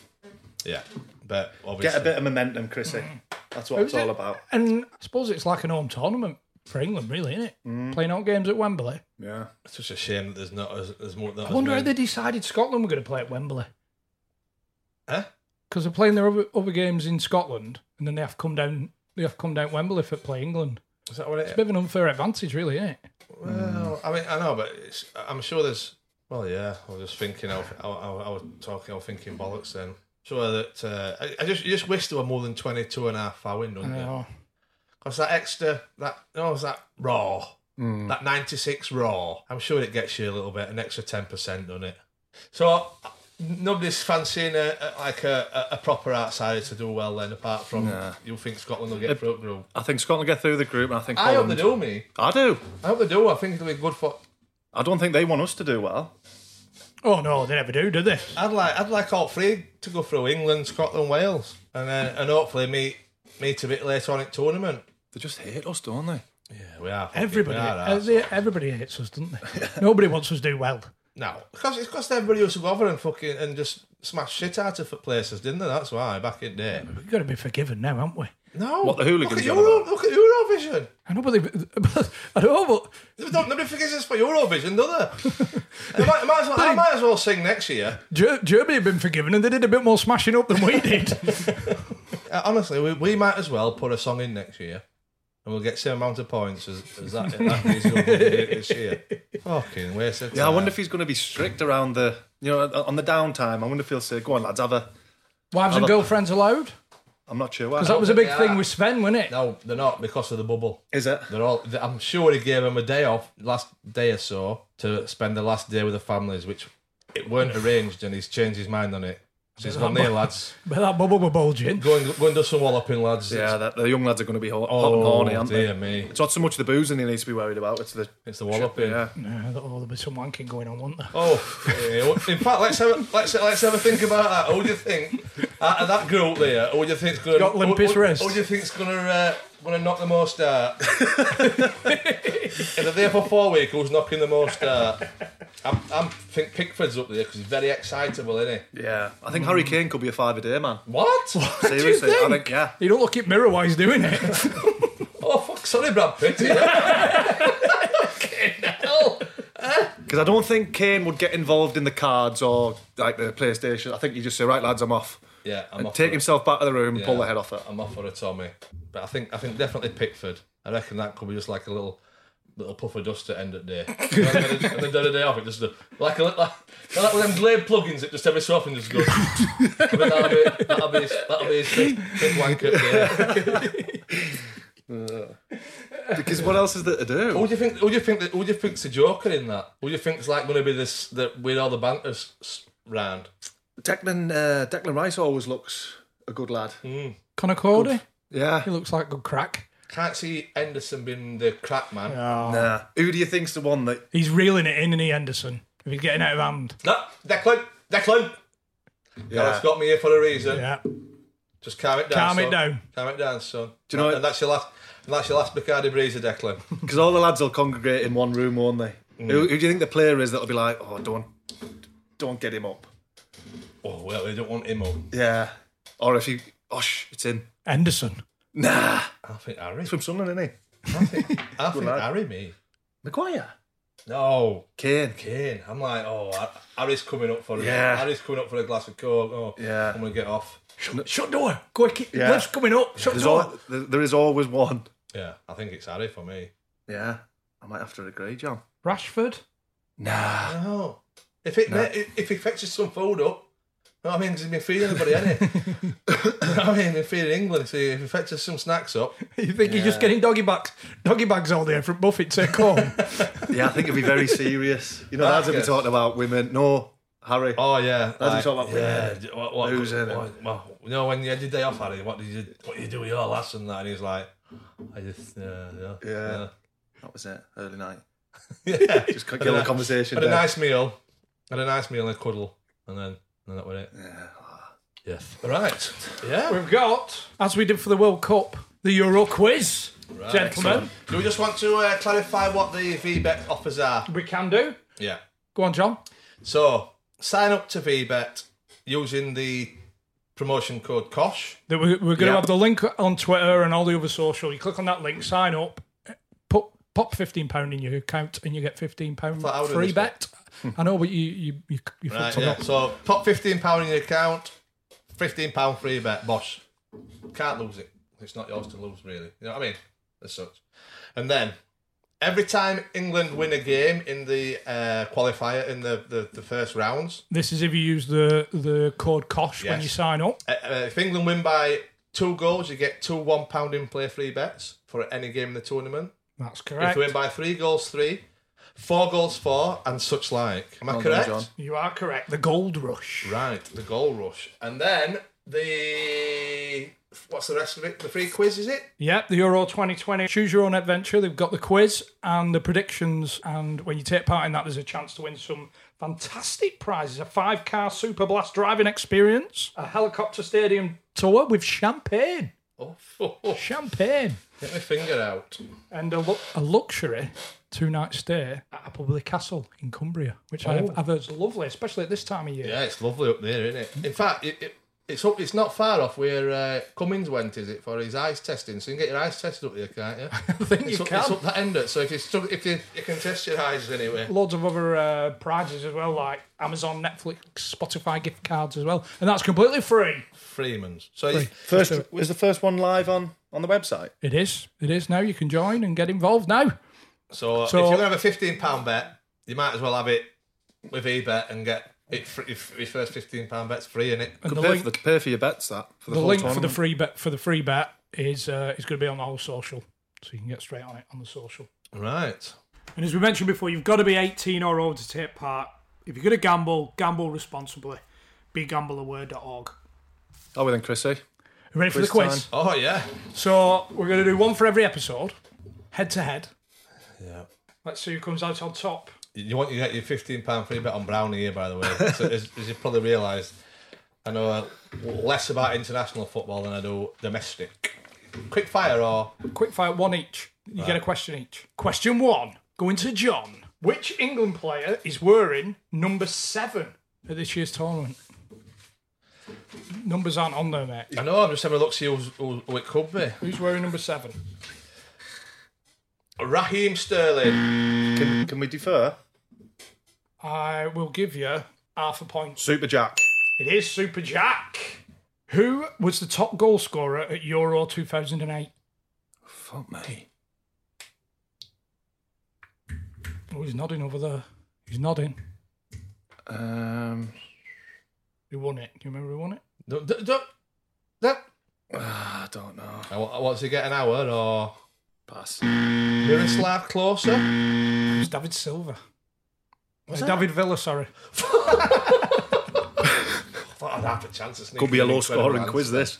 C: Yeah, but obviously.
D: get a bit of momentum, Chrissy. That's what it's all about.
B: And I suppose it's like an home tournament for England, really, isn't it?
C: Mm.
B: Playing out games at Wembley.
D: Yeah.
C: It's such a shame that there's not as, as more. Not
B: I wonder
C: as
B: how they
C: many-
B: decided Scotland were going to play at Wembley
C: Huh?
B: because they're playing their other, other games in Scotland, and then they have to come down. They have to come down Wembley for play England.
C: Is that what it
B: It's a
C: is?
B: bit of an unfair advantage, really, isn't it?
C: Well, I mean, I know, but it's, I'm sure there's. Well, yeah, I was just thinking. I, I, I was talking. I was thinking bollocks then. Sure that uh, I, I just you just wish there were more than 22 and a half hour in, don't you?
B: Oh,
C: Because that extra, that no, it's that raw, that 96 raw. I'm sure it gets you a little bit, an extra 10 percent, doesn't it? So nobody's fancying a, a, like a, a a proper outsider to do well then, apart from you think Scotland will get through. through.
D: I think Scotland get through the group, and I think
C: I hope
D: Holland.
C: they do, me.
D: I do.
C: I hope they do. I think it'll be good for
D: I don't think they want us to do well.
B: oh no, they never do, do they?
C: I'd like I'd like all three to go through England, Scotland, Wales, and then and hopefully meet meet a bit later on in tournament.
D: They just hate us, don't they?
C: Yeah, we are. fucking-
B: Everybody,
C: we are,
B: uh,
C: arse.
B: they- everybody hates us, don't they? Nobody wants us to do well.
C: no, because it's because everybody used to go over and fucking and just smash shit out of places, didn't they? That's why back in the day.
B: We've got to be forgiven now, haven't we?
C: No,
D: What, the hooligans
C: Look at,
D: got
C: Euro,
D: about?
C: look at Eurovision.
B: I know, but, they, I know, but
C: They Don't, nobody forgets us for Eurovision, do they? I, might, I might as well, I might as well sing next year.
B: Ger- Germany have been forgiven, and they did a bit more smashing up than we did.
C: Uh, honestly, we, we might as well put a song in next year. And we'll get same amount of points as, as that, that is going to do this year. Fucking waste of time.
D: Yeah, I wonder if he's going to be strict around the, you know, uh, on the downtime. I wonder if he'll say, "Go on, lads, have a."
B: Wives and
D: Other-
B: girlfriends allowed?
D: I'm not sure. Why.
B: Because that was a big
C: think they
B: thing
C: are.
B: with Sven, wasn't it?
C: No, they're not because of the bubble.
D: Is it?
C: They're all. they- I'm sure he gave them a day off, last day or so, to spend the last day with the families, which it weren't arranged, and he's changed his mind on it. So he's gone there, lads.
B: But that bubble were bulging.
C: Go and go and do some walloping, lads.
D: Yeah,
C: It's-
D: that, the young lads are going to be hot, hot and
C: oh
D: horny, aren't
C: dear
D: they?
C: me,
D: It's not so much the boozing he needs to be worried about. It's the
C: it's the walloping.
D: yeah.
B: No, there'll oh, be some wanking going on, won't there?
C: Oh, yeah. in fact, let's have a, let's let's have a think about that. Who do you think Out of that group there, who do you think's going?
B: Got limpest
C: who,
B: wrist.
C: Who do you think's going to uh, going to knock the most out? if they're there for four weeks, who's knocking the most out? I'm, I'm think Pickford's up there because he's very excitable, isn't he?
D: Yeah, I think
C: Mm.
D: Harry Kane could be a five a day man.
C: What?
D: Seriously, I
B: think?
D: think yeah.
B: You don't look at mirror while he's doing it.
C: Oh fuck! Sorry, Brad Pitt. Fucking hell.
D: Because I don't think Kane would get involved in the cards or like the PlayStation. I think you just say, right, lads, I'm off.
C: Yeah, I'm
D: and
C: off
D: take
C: for it.
D: himself back to the room,
C: Yeah,
D: pull the head off it.
C: I'm off for a Tommy, but I think I think definitely Pickford. I reckon that could be just like a little little puff of dust at end of the day. and then the day off, it just like a little like, like with them Glade plugins. It just every so often just goes. but that'll be that'll be his, that'll be his big, big wank up there.
D: Because what else is there to do?
C: Who do you think? Who do you think? That, who do you think's the Joker in that? Who do you think's like going to be this that with all the banters round?
D: Declan, uh, Declan Rice always looks a good lad.
C: Mm.
B: Connor Cody.
D: Yeah.
B: He looks like good crack.
C: Can't see Henderson being the crack man.
D: Nah. Who do you think's the one that
B: He's reeling it in, and he Henderson. If he's getting out of hand,
C: No, Declan, Declan. Yeah, it's got me here for a reason.
B: yeah.
C: Just calm it down.
B: Calm it
C: son.
B: down.
C: Calm it down, son.
D: Do you know what-
C: And that's your last. And that's your last Bacardi Breezer, Declan.
D: Because all the lads will congregate in one room, won't they?
C: Mm.
D: Who, who do you think the player is that'll be like, oh, don't, don't get him up?
C: oh well, we don't want him on.
D: Yeah. Or if you, oh, sh, it's in.
B: Henderson.
D: Nah.
C: I think Harry.
D: He's from Sunderland, isn't he?
C: I think, I think
D: lad.
C: Harry. Me.
D: Maguire.
C: No,
D: Kane.
C: Kane. I'm like, oh, Har- Harry's coming up for.
D: Yeah.
C: A, Harry's coming up for a glass of coke. Oh,
D: Yeah.
C: I'm gonna get off.
B: Shut, shut door. Quick.
D: Yeah.
B: Blood's coming up. Shut
D: There's
B: door.
D: al- there, there is always one.
C: Yeah, I think it's Harry for me.
D: Yeah. I might have to agree, John.
B: Rashford.
D: Nah.
C: No, if it if he fetches some food up, you know what I mean, because he's been feeding everybody, hasn't he? You know what I mean, he's been feeding England. So if he fetches some snacks up,
B: You think he's just getting doggy bags, doggy bags all day from Buffett to home?
D: Yeah, I think it'd be very serious. You know, lads will be
C: Marcus.
D: talking about women. No, Harry.
C: Oh yeah,
D: That's what I'm talking about.
C: Yeah, d- what, what,
D: Who's in it?
C: what, what- you know when you had your day off, Harry. What did you what did you do with your lass and that? And he's like, I just uh, yeah,
D: Yeah. That was it. Early night.
C: yeah, yeah.
D: Just get the conversation.
C: Had a
D: down.
C: nice meal, had a nice meal and a cuddle, and then and that was it. Yeah. Yes. Right. Yeah.
B: We've got, as we did for the World Cup, the Euro quiz, gentlemen.
C: Do we just want to uh, clarify what the VBET offers are?
B: We can do.
C: Yeah.
B: Go on, John.
C: So sign up to VBET using the promotion code COSH.
B: That we- We're going to
C: Yeah.
B: have the link on Twitter and all the other social. You click on that link, sign up, put pop fifteen pound in your account, and you get fifteen pound
C: thought I would do
B: free
C: this
B: bet. I know, but you you you, you
C: Right,
B: fucked it
C: yeah.
B: up.
C: So pop fifteen pound in your account, fifteen pound free bet, boss. Can't lose it. It's not yours to lose, really. You know what I mean? As such. And then every time England win a game in the uh, qualifier in the, the, the first rounds,
B: This is if you use the the code Kosh when
C: Yes.
B: you sign up.
C: uh, uh, if England win by two goals, you get two one pound in play free bets for any game in the tournament.
B: That's
C: If
B: correct.
C: we win by three goals, three, four goals, four, and such like. Am I
D: Well done,
C: correct?
D: John.
B: You are correct. The Gold Rush.
C: Right, the goal rush. And then the what's the rest of it? The free quiz, is it?
B: Yep, the Euro 2020. Choose your own adventure. They've got the quiz and the predictions. And when you take part in that, there's a chance to win some fantastic prizes a five car Super Blast driving experience, a helicopter stadium tour with champagne.
C: Oh, oh, oh.
B: Champagne.
C: get my finger out.
B: And a, lu- a luxury two night stay at Appleby Castle in Cumbria, which I have, I've heard is lovely, especially at this time of year.
C: Oh. Yeah, it's lovely up there, isn't it? In fact, it, it, it's up. It's not far off where uh, Cummins went, is it, for his eyes testing? So you can get your eyes tested up there, can't you?
B: I think
C: it's,
B: you
C: up,
B: can.
C: it's up that end. So if you stug- if you, you can test your eyes anyway.
B: loads of other uh, prizes as well, like Amazon, Netflix, Spotify gift cards as well, and that's completely free.
C: Freeman's. So you,
D: First, is the first one live on on the website?
B: It is, it is now. You can join and get involved now. So-
C: so, if you're gonna have a fifteen pound bet, you might as well have it with eBet and get it. Free, your your first fifteen pound bet's free, is it?
B: And
D: Could
B: the
D: pay,
B: link,
D: for
B: the,
D: the, pay for your bets that for the, whole
B: link for the
D: tournament.
B: free bet for the free bet is uh, is going to be on the whole social, so you can get straight on it on the social.
C: Right.
B: And as we mentioned before, you've got to be 18 or older to take part. If you're going to gamble, gamble responsibly. BeGambleAware.org.
D: Oh, well then, Chrissy.
B: You ready for
D: Quiz
B: the quiz?
D: time.
C: Oh yeah.
B: So we're going to do one for every episode, head to head. Yeah. Let's see who comes out on top.
C: You want you get your fifteen pound free bet on Brownie here, by the way. So as, as you probably realised, I know uh, less about international football than I do domestic. Quick fire or
B: Quick fire, one each. You get a question each. Question one, going to John. Which England player is wearing number seven at this year's tournament? Numbers aren't on there, mate.
C: I know I'm just having a look see who's, who, who it could be.
B: Who's wearing number seven?
C: Raheem Sterling.
D: Can, can we defer?
B: I will give you half a point.
D: Super Jack.
B: It is Super Jack. Who was the top goal scorer at Euro 2008?
D: Fuck me.
B: Oh, he's nodding over there. He's nodding.
D: Um,
B: Who won it? Do you remember who won it?
C: Do, do, do, do.
D: ah, I don't know.
C: I wa- I want to get an hour or
D: Pass.
C: Miroslav closer.
B: It was David Silva. Uh, David Villa, sorry.
C: Thought I'd have a chance. to sneak
D: Could be a
C: in an
D: low scoring
C: incredible
D: quiz,
C: answer.
D: this.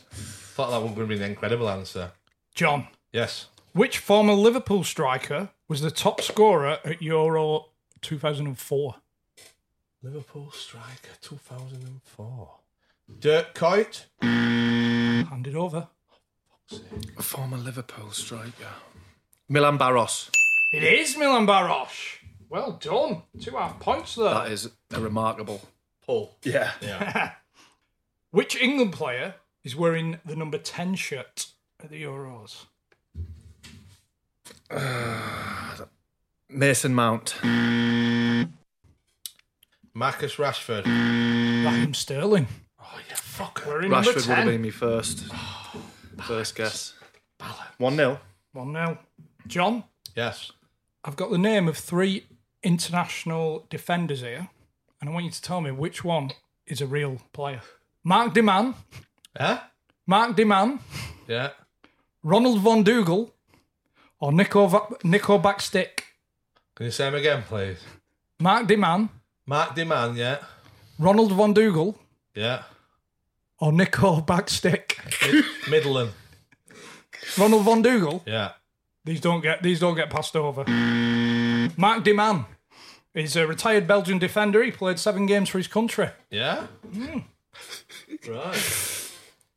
C: Thought that was going to be an incredible answer.
B: John.
C: Yes.
B: Which former Liverpool striker was the top scorer at Euro 2004?
C: Liverpool striker 2004. Dirk Coit.
B: Hand it over.
D: A former Liverpool striker. Milan Barros.
B: It is Milan Baros. Well done. Two half points there.
D: That is a remarkable.
C: Paul.
D: Yeah.
C: Yeah.
B: Which England player is wearing the number 10 shirt at the Euros?
D: Mason Mount.
C: Marcus Rashford.
B: Raheem Sterling.
C: Oh, you fucker.
B: Wearing number
D: Rashford
B: 10.
D: would have been me first. first guess. 1 0.
B: 1 0. John,
C: Yes.
B: I've got the name of three international defenders here, and I want you to tell me which one is a real player. Mark Deman,
C: Huh?
B: Mark Deman,
C: Yeah.
B: Ronald Von Dugel, or Nico, Va- Nico Backstick.
C: Can you say him again, please?
B: Mark Deman,
C: Mark Deman, yeah.
B: Ronald Von Dugel,
C: Yeah.
B: or Nico Backstick.
C: Mid- Midland.
B: Ronald Von Dugel.
C: Yeah.
B: These don't get these don't get passed over. Mark Deman is a retired Belgian defender. He played seven games for his country.
C: Yeah?
B: Hmm.
C: Right.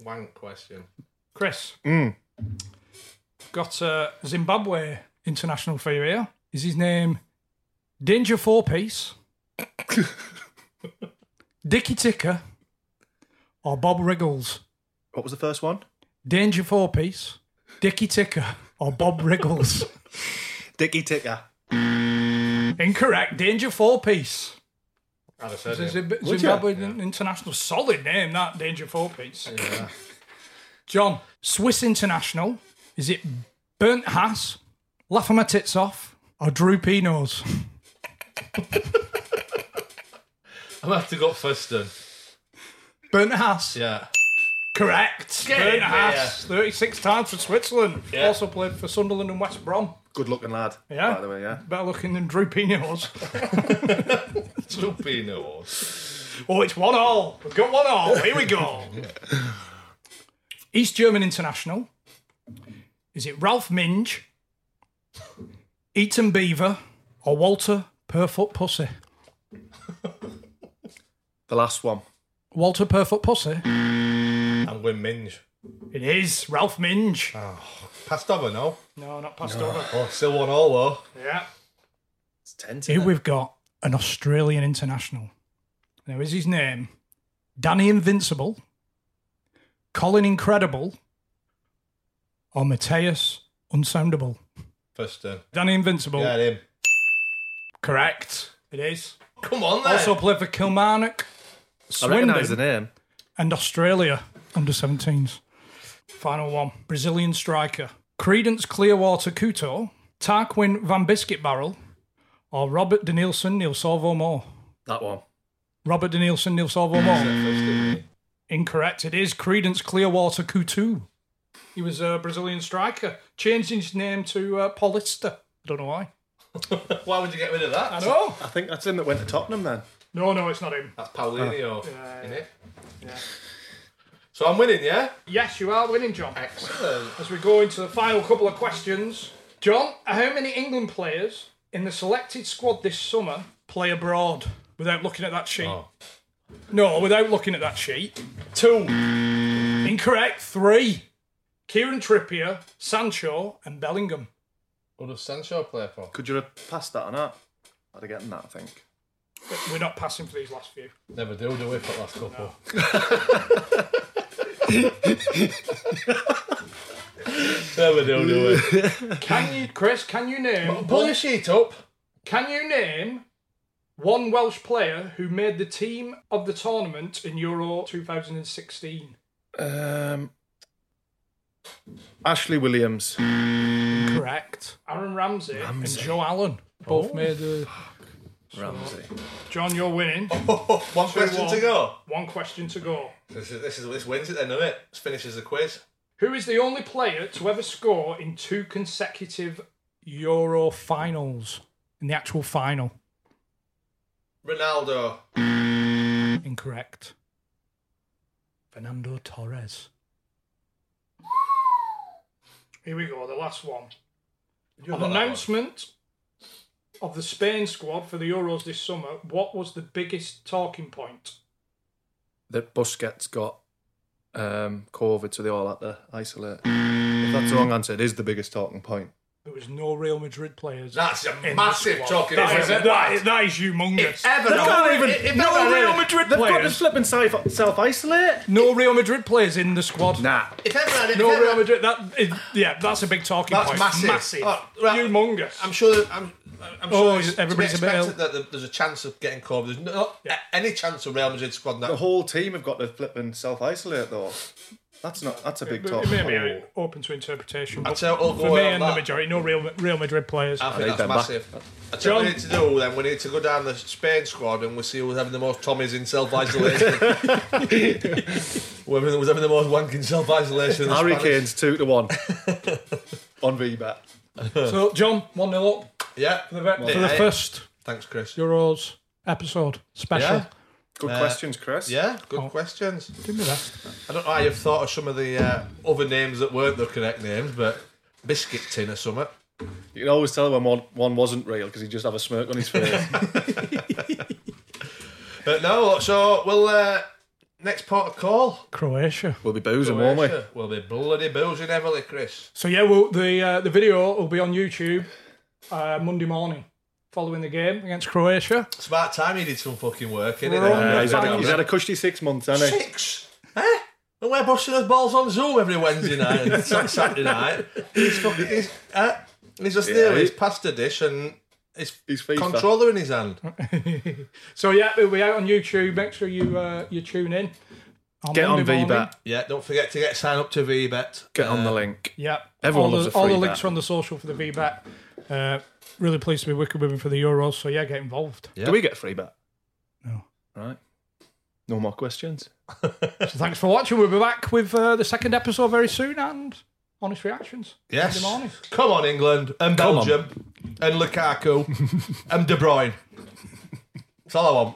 C: Wank question.
B: Chris, got a Zimbabwe international for you here. Is his name Danger Four Piece, Dicky Ticker, or Bob Riggles?
D: What was the first one?
B: Danger Four Piece, Dicky Ticker, or Bob Riggles?
D: Dickie Ticker.
B: Incorrect. Danger Four Piece.
C: I'd have said
B: It's a
C: him.
B: Zimb-
D: Would
B: Zimbabwe international. Solid name, that Danger Four piece. John, Swiss international. Is it Bernd Haas, Laughing My Tits Off, or Drew Pinos?
C: I'm going to have to go first then.
B: Bernd Haas.
C: Yeah.
B: Correct.
C: Get in
B: Bernd
C: there.
B: Haas. 36 times for Switzerland.
C: Yeah.
B: Also played for Sunderland and West Brom.
D: Good looking lad.
B: Yeah.
D: By the way, yeah.
B: Better looking than Drew Pinos.
C: Two Pinos.
B: oh, it's one all. We've got one all. Here we go. East German international. Is it Ralph Minge, Eaton Beaver, or Walter Perfoot Pussy?
D: The last one.
B: Walter Perfoot Pussy.
C: I'm going Minge.
B: It is Ralph Minge.
C: Passed over, no?
B: No, not passed over.
C: Oh, still one all, though.
B: Yeah.
D: It's 10
B: Here we've got an Australian international. Now is his name Danny Invincible, Colin Incredible, or Mateus Unsoundable?
C: First turn.
B: Danny Invincible.
C: Yeah, him.
B: Correct. It is.
C: Come on, then.
B: Also played for Kilmarnock,
D: I recognise
B: Swindon,
D: the name.
B: and Australia under 17s. Final one Brazilian striker. Credence Clearwater Kuto, Tarquin Van Biscuit Barrel, or Robert De Nielsen Neil Salvo Moore?
D: That one.
B: Robert De Nielsen Neil Salvo Moore.
C: First turn.
B: Incorrect. It is Credence Clearwater Kutu. He was a Brazilian striker, changed his name to uh, Paulister. I don't know why.
C: Why would you get rid of that?
B: I know.
D: I think that's him that went to Tottenham then.
B: No, no, it's not him.
C: That's Paulinho, isn't it? Uh. So I'm winning, yeah?
B: Yes, you are winning, John.
C: Excellent.
B: As we go into the final couple of questions, John, how many England players in the selected squad this summer play abroad? Without looking at that sheet,
C: Oh.
B: No, without looking at that sheet.
C: Two.
B: Incorrect. Three. Kieran Trippier, Sancho, and Bellingham.
C: What does Sancho play for?
D: Could you have passed that or not? I'd have gotten that, I think.
B: But We're not passing for these last few.
C: Never do, do we, for the last couple? Never do, do we?
B: Can you, Chris? Can you name?
C: Pull your sheet up.
B: Can you name one Welsh player who made the team of the tournament in Euro 2016?
D: Um, Ashley Williams.
B: Correct. Aaron Ramsey, and Joe Allen both made the.
D: Ramsey.
B: John, you're winning.
C: One question
B: one.
C: to go.
B: One question to go.
C: This is this is this wins it then, doesn't it? This finishes the quiz.
B: Who is the only player to ever score in two consecutive Euro finals? In the actual final.
C: Ronaldo.
B: Incorrect. Fernando Torres. Here we go, the last one. An announcement of the Spain squad for the Euros this summer. What was the biggest talking point?
D: That Busquets got um, COVID, so they all had to isolate. If that's the wrong answer, it is the biggest talking point.
B: There was no Real Madrid players.
C: That's a
B: in the
C: massive
B: squad.
C: talking
B: That
C: point,
B: is-
C: isn't
B: that
C: it?
B: is- that is humongous.
C: If ever-
B: No,
C: They've got
B: even-
C: if- if
B: no
C: ever-
B: Real Madrid
D: They've got to
B: players.
D: slip and self isolate.
B: No Real Madrid players in the squad.
D: Nah.
C: If ever, I did- if
B: No
C: ever-
B: Real Madrid. That is, yeah, that's a big talking
C: That's
B: point.
C: massive.
B: massive,
C: Oh, right.
B: humongous.
C: I'm sure. That, I'm, I'm
B: Oh,
C: sure it's to be
B: everybody's a bit
C: expected that there- there's a chance of getting COVID. There's not a- any chance of Real Madrid squad
D: The
C: now.
D: whole team have got to flip and self isolate, though. That's not. That's a big
B: It
D: talking
B: may be
D: point.
B: open to interpretation.
C: I'd
B: but
C: say I'll
B: for
C: go
B: me
C: on
B: and the
C: that.
B: majority, no Real Real Madrid players.
C: I
D: need
C: think that's
D: them back.
C: massive. I tell you what
B: John-
C: we need to do then. We need to go down the Spain squad and we see who's having the most Tommies in self isolation. Whoever was having the most wank in self isolation.
D: Oh. Harry Kane's two to one on VBet.
B: so, John, one 0 up
C: Yeah.
B: for the, for the
C: Yeah.
B: first
C: Thanks, Chris.
B: Euros episode special.
C: Yeah.
D: Good
C: Uh,
D: questions, Chris.
C: Yeah, good
B: Oh.
C: questions.
B: Do me that.
C: I don't know how you've thought of some of the uh, other names that weren't the correct names, but biscuit tin or something.
D: You can always tell when one, one wasn't real because he just have a smirk on his face.
C: But no, so we'll uh, next part of call.
B: Croatia.
D: we'll be boozing, won't we?
C: We'll be bloody boozing heavily, Chris.
B: So yeah, well, the uh, the video will be on YouTube uh, Monday morning, following the game against Croatia.
C: It's about time you did some fucking work, innit?
B: We're on
D: Uh,
B: Yeah,
D: he's, had a, he's had a cushy six months, hasn't he?
C: six. Eh? And we're busting us balls on Zoom every Wednesday night and Sat- Saturday night. He's fucking. He's, uh, he's just there with his pasta dish and his
D: He's FIFA.
C: controller in his hand.
B: so yeah, it'll be out on YouTube. Make sure you uh, you tune in.
D: Get on
B: Monday morning.
D: VBet.
C: Yeah, don't forget to get signed up to VBet. Uh,
D: Get on the link.
B: Yeah,
D: Everyone
B: all
D: loves
B: the,
D: a
B: all the
D: free
B: links
D: bet.
B: are on the social for the VBAT. Uh, really pleased to be Wicked Women for the Euros. So yeah, get involved.
D: Do we get a free bet?
B: No.
D: Right. No more questions.
B: So thanks for watching. We'll be back with uh, the second episode very soon and honest reactions.
C: Yes.
B: Monday morning.
C: Come on, England and
D: Come on.
C: Belgium and Lukaku and De Bruyne. That's all I want.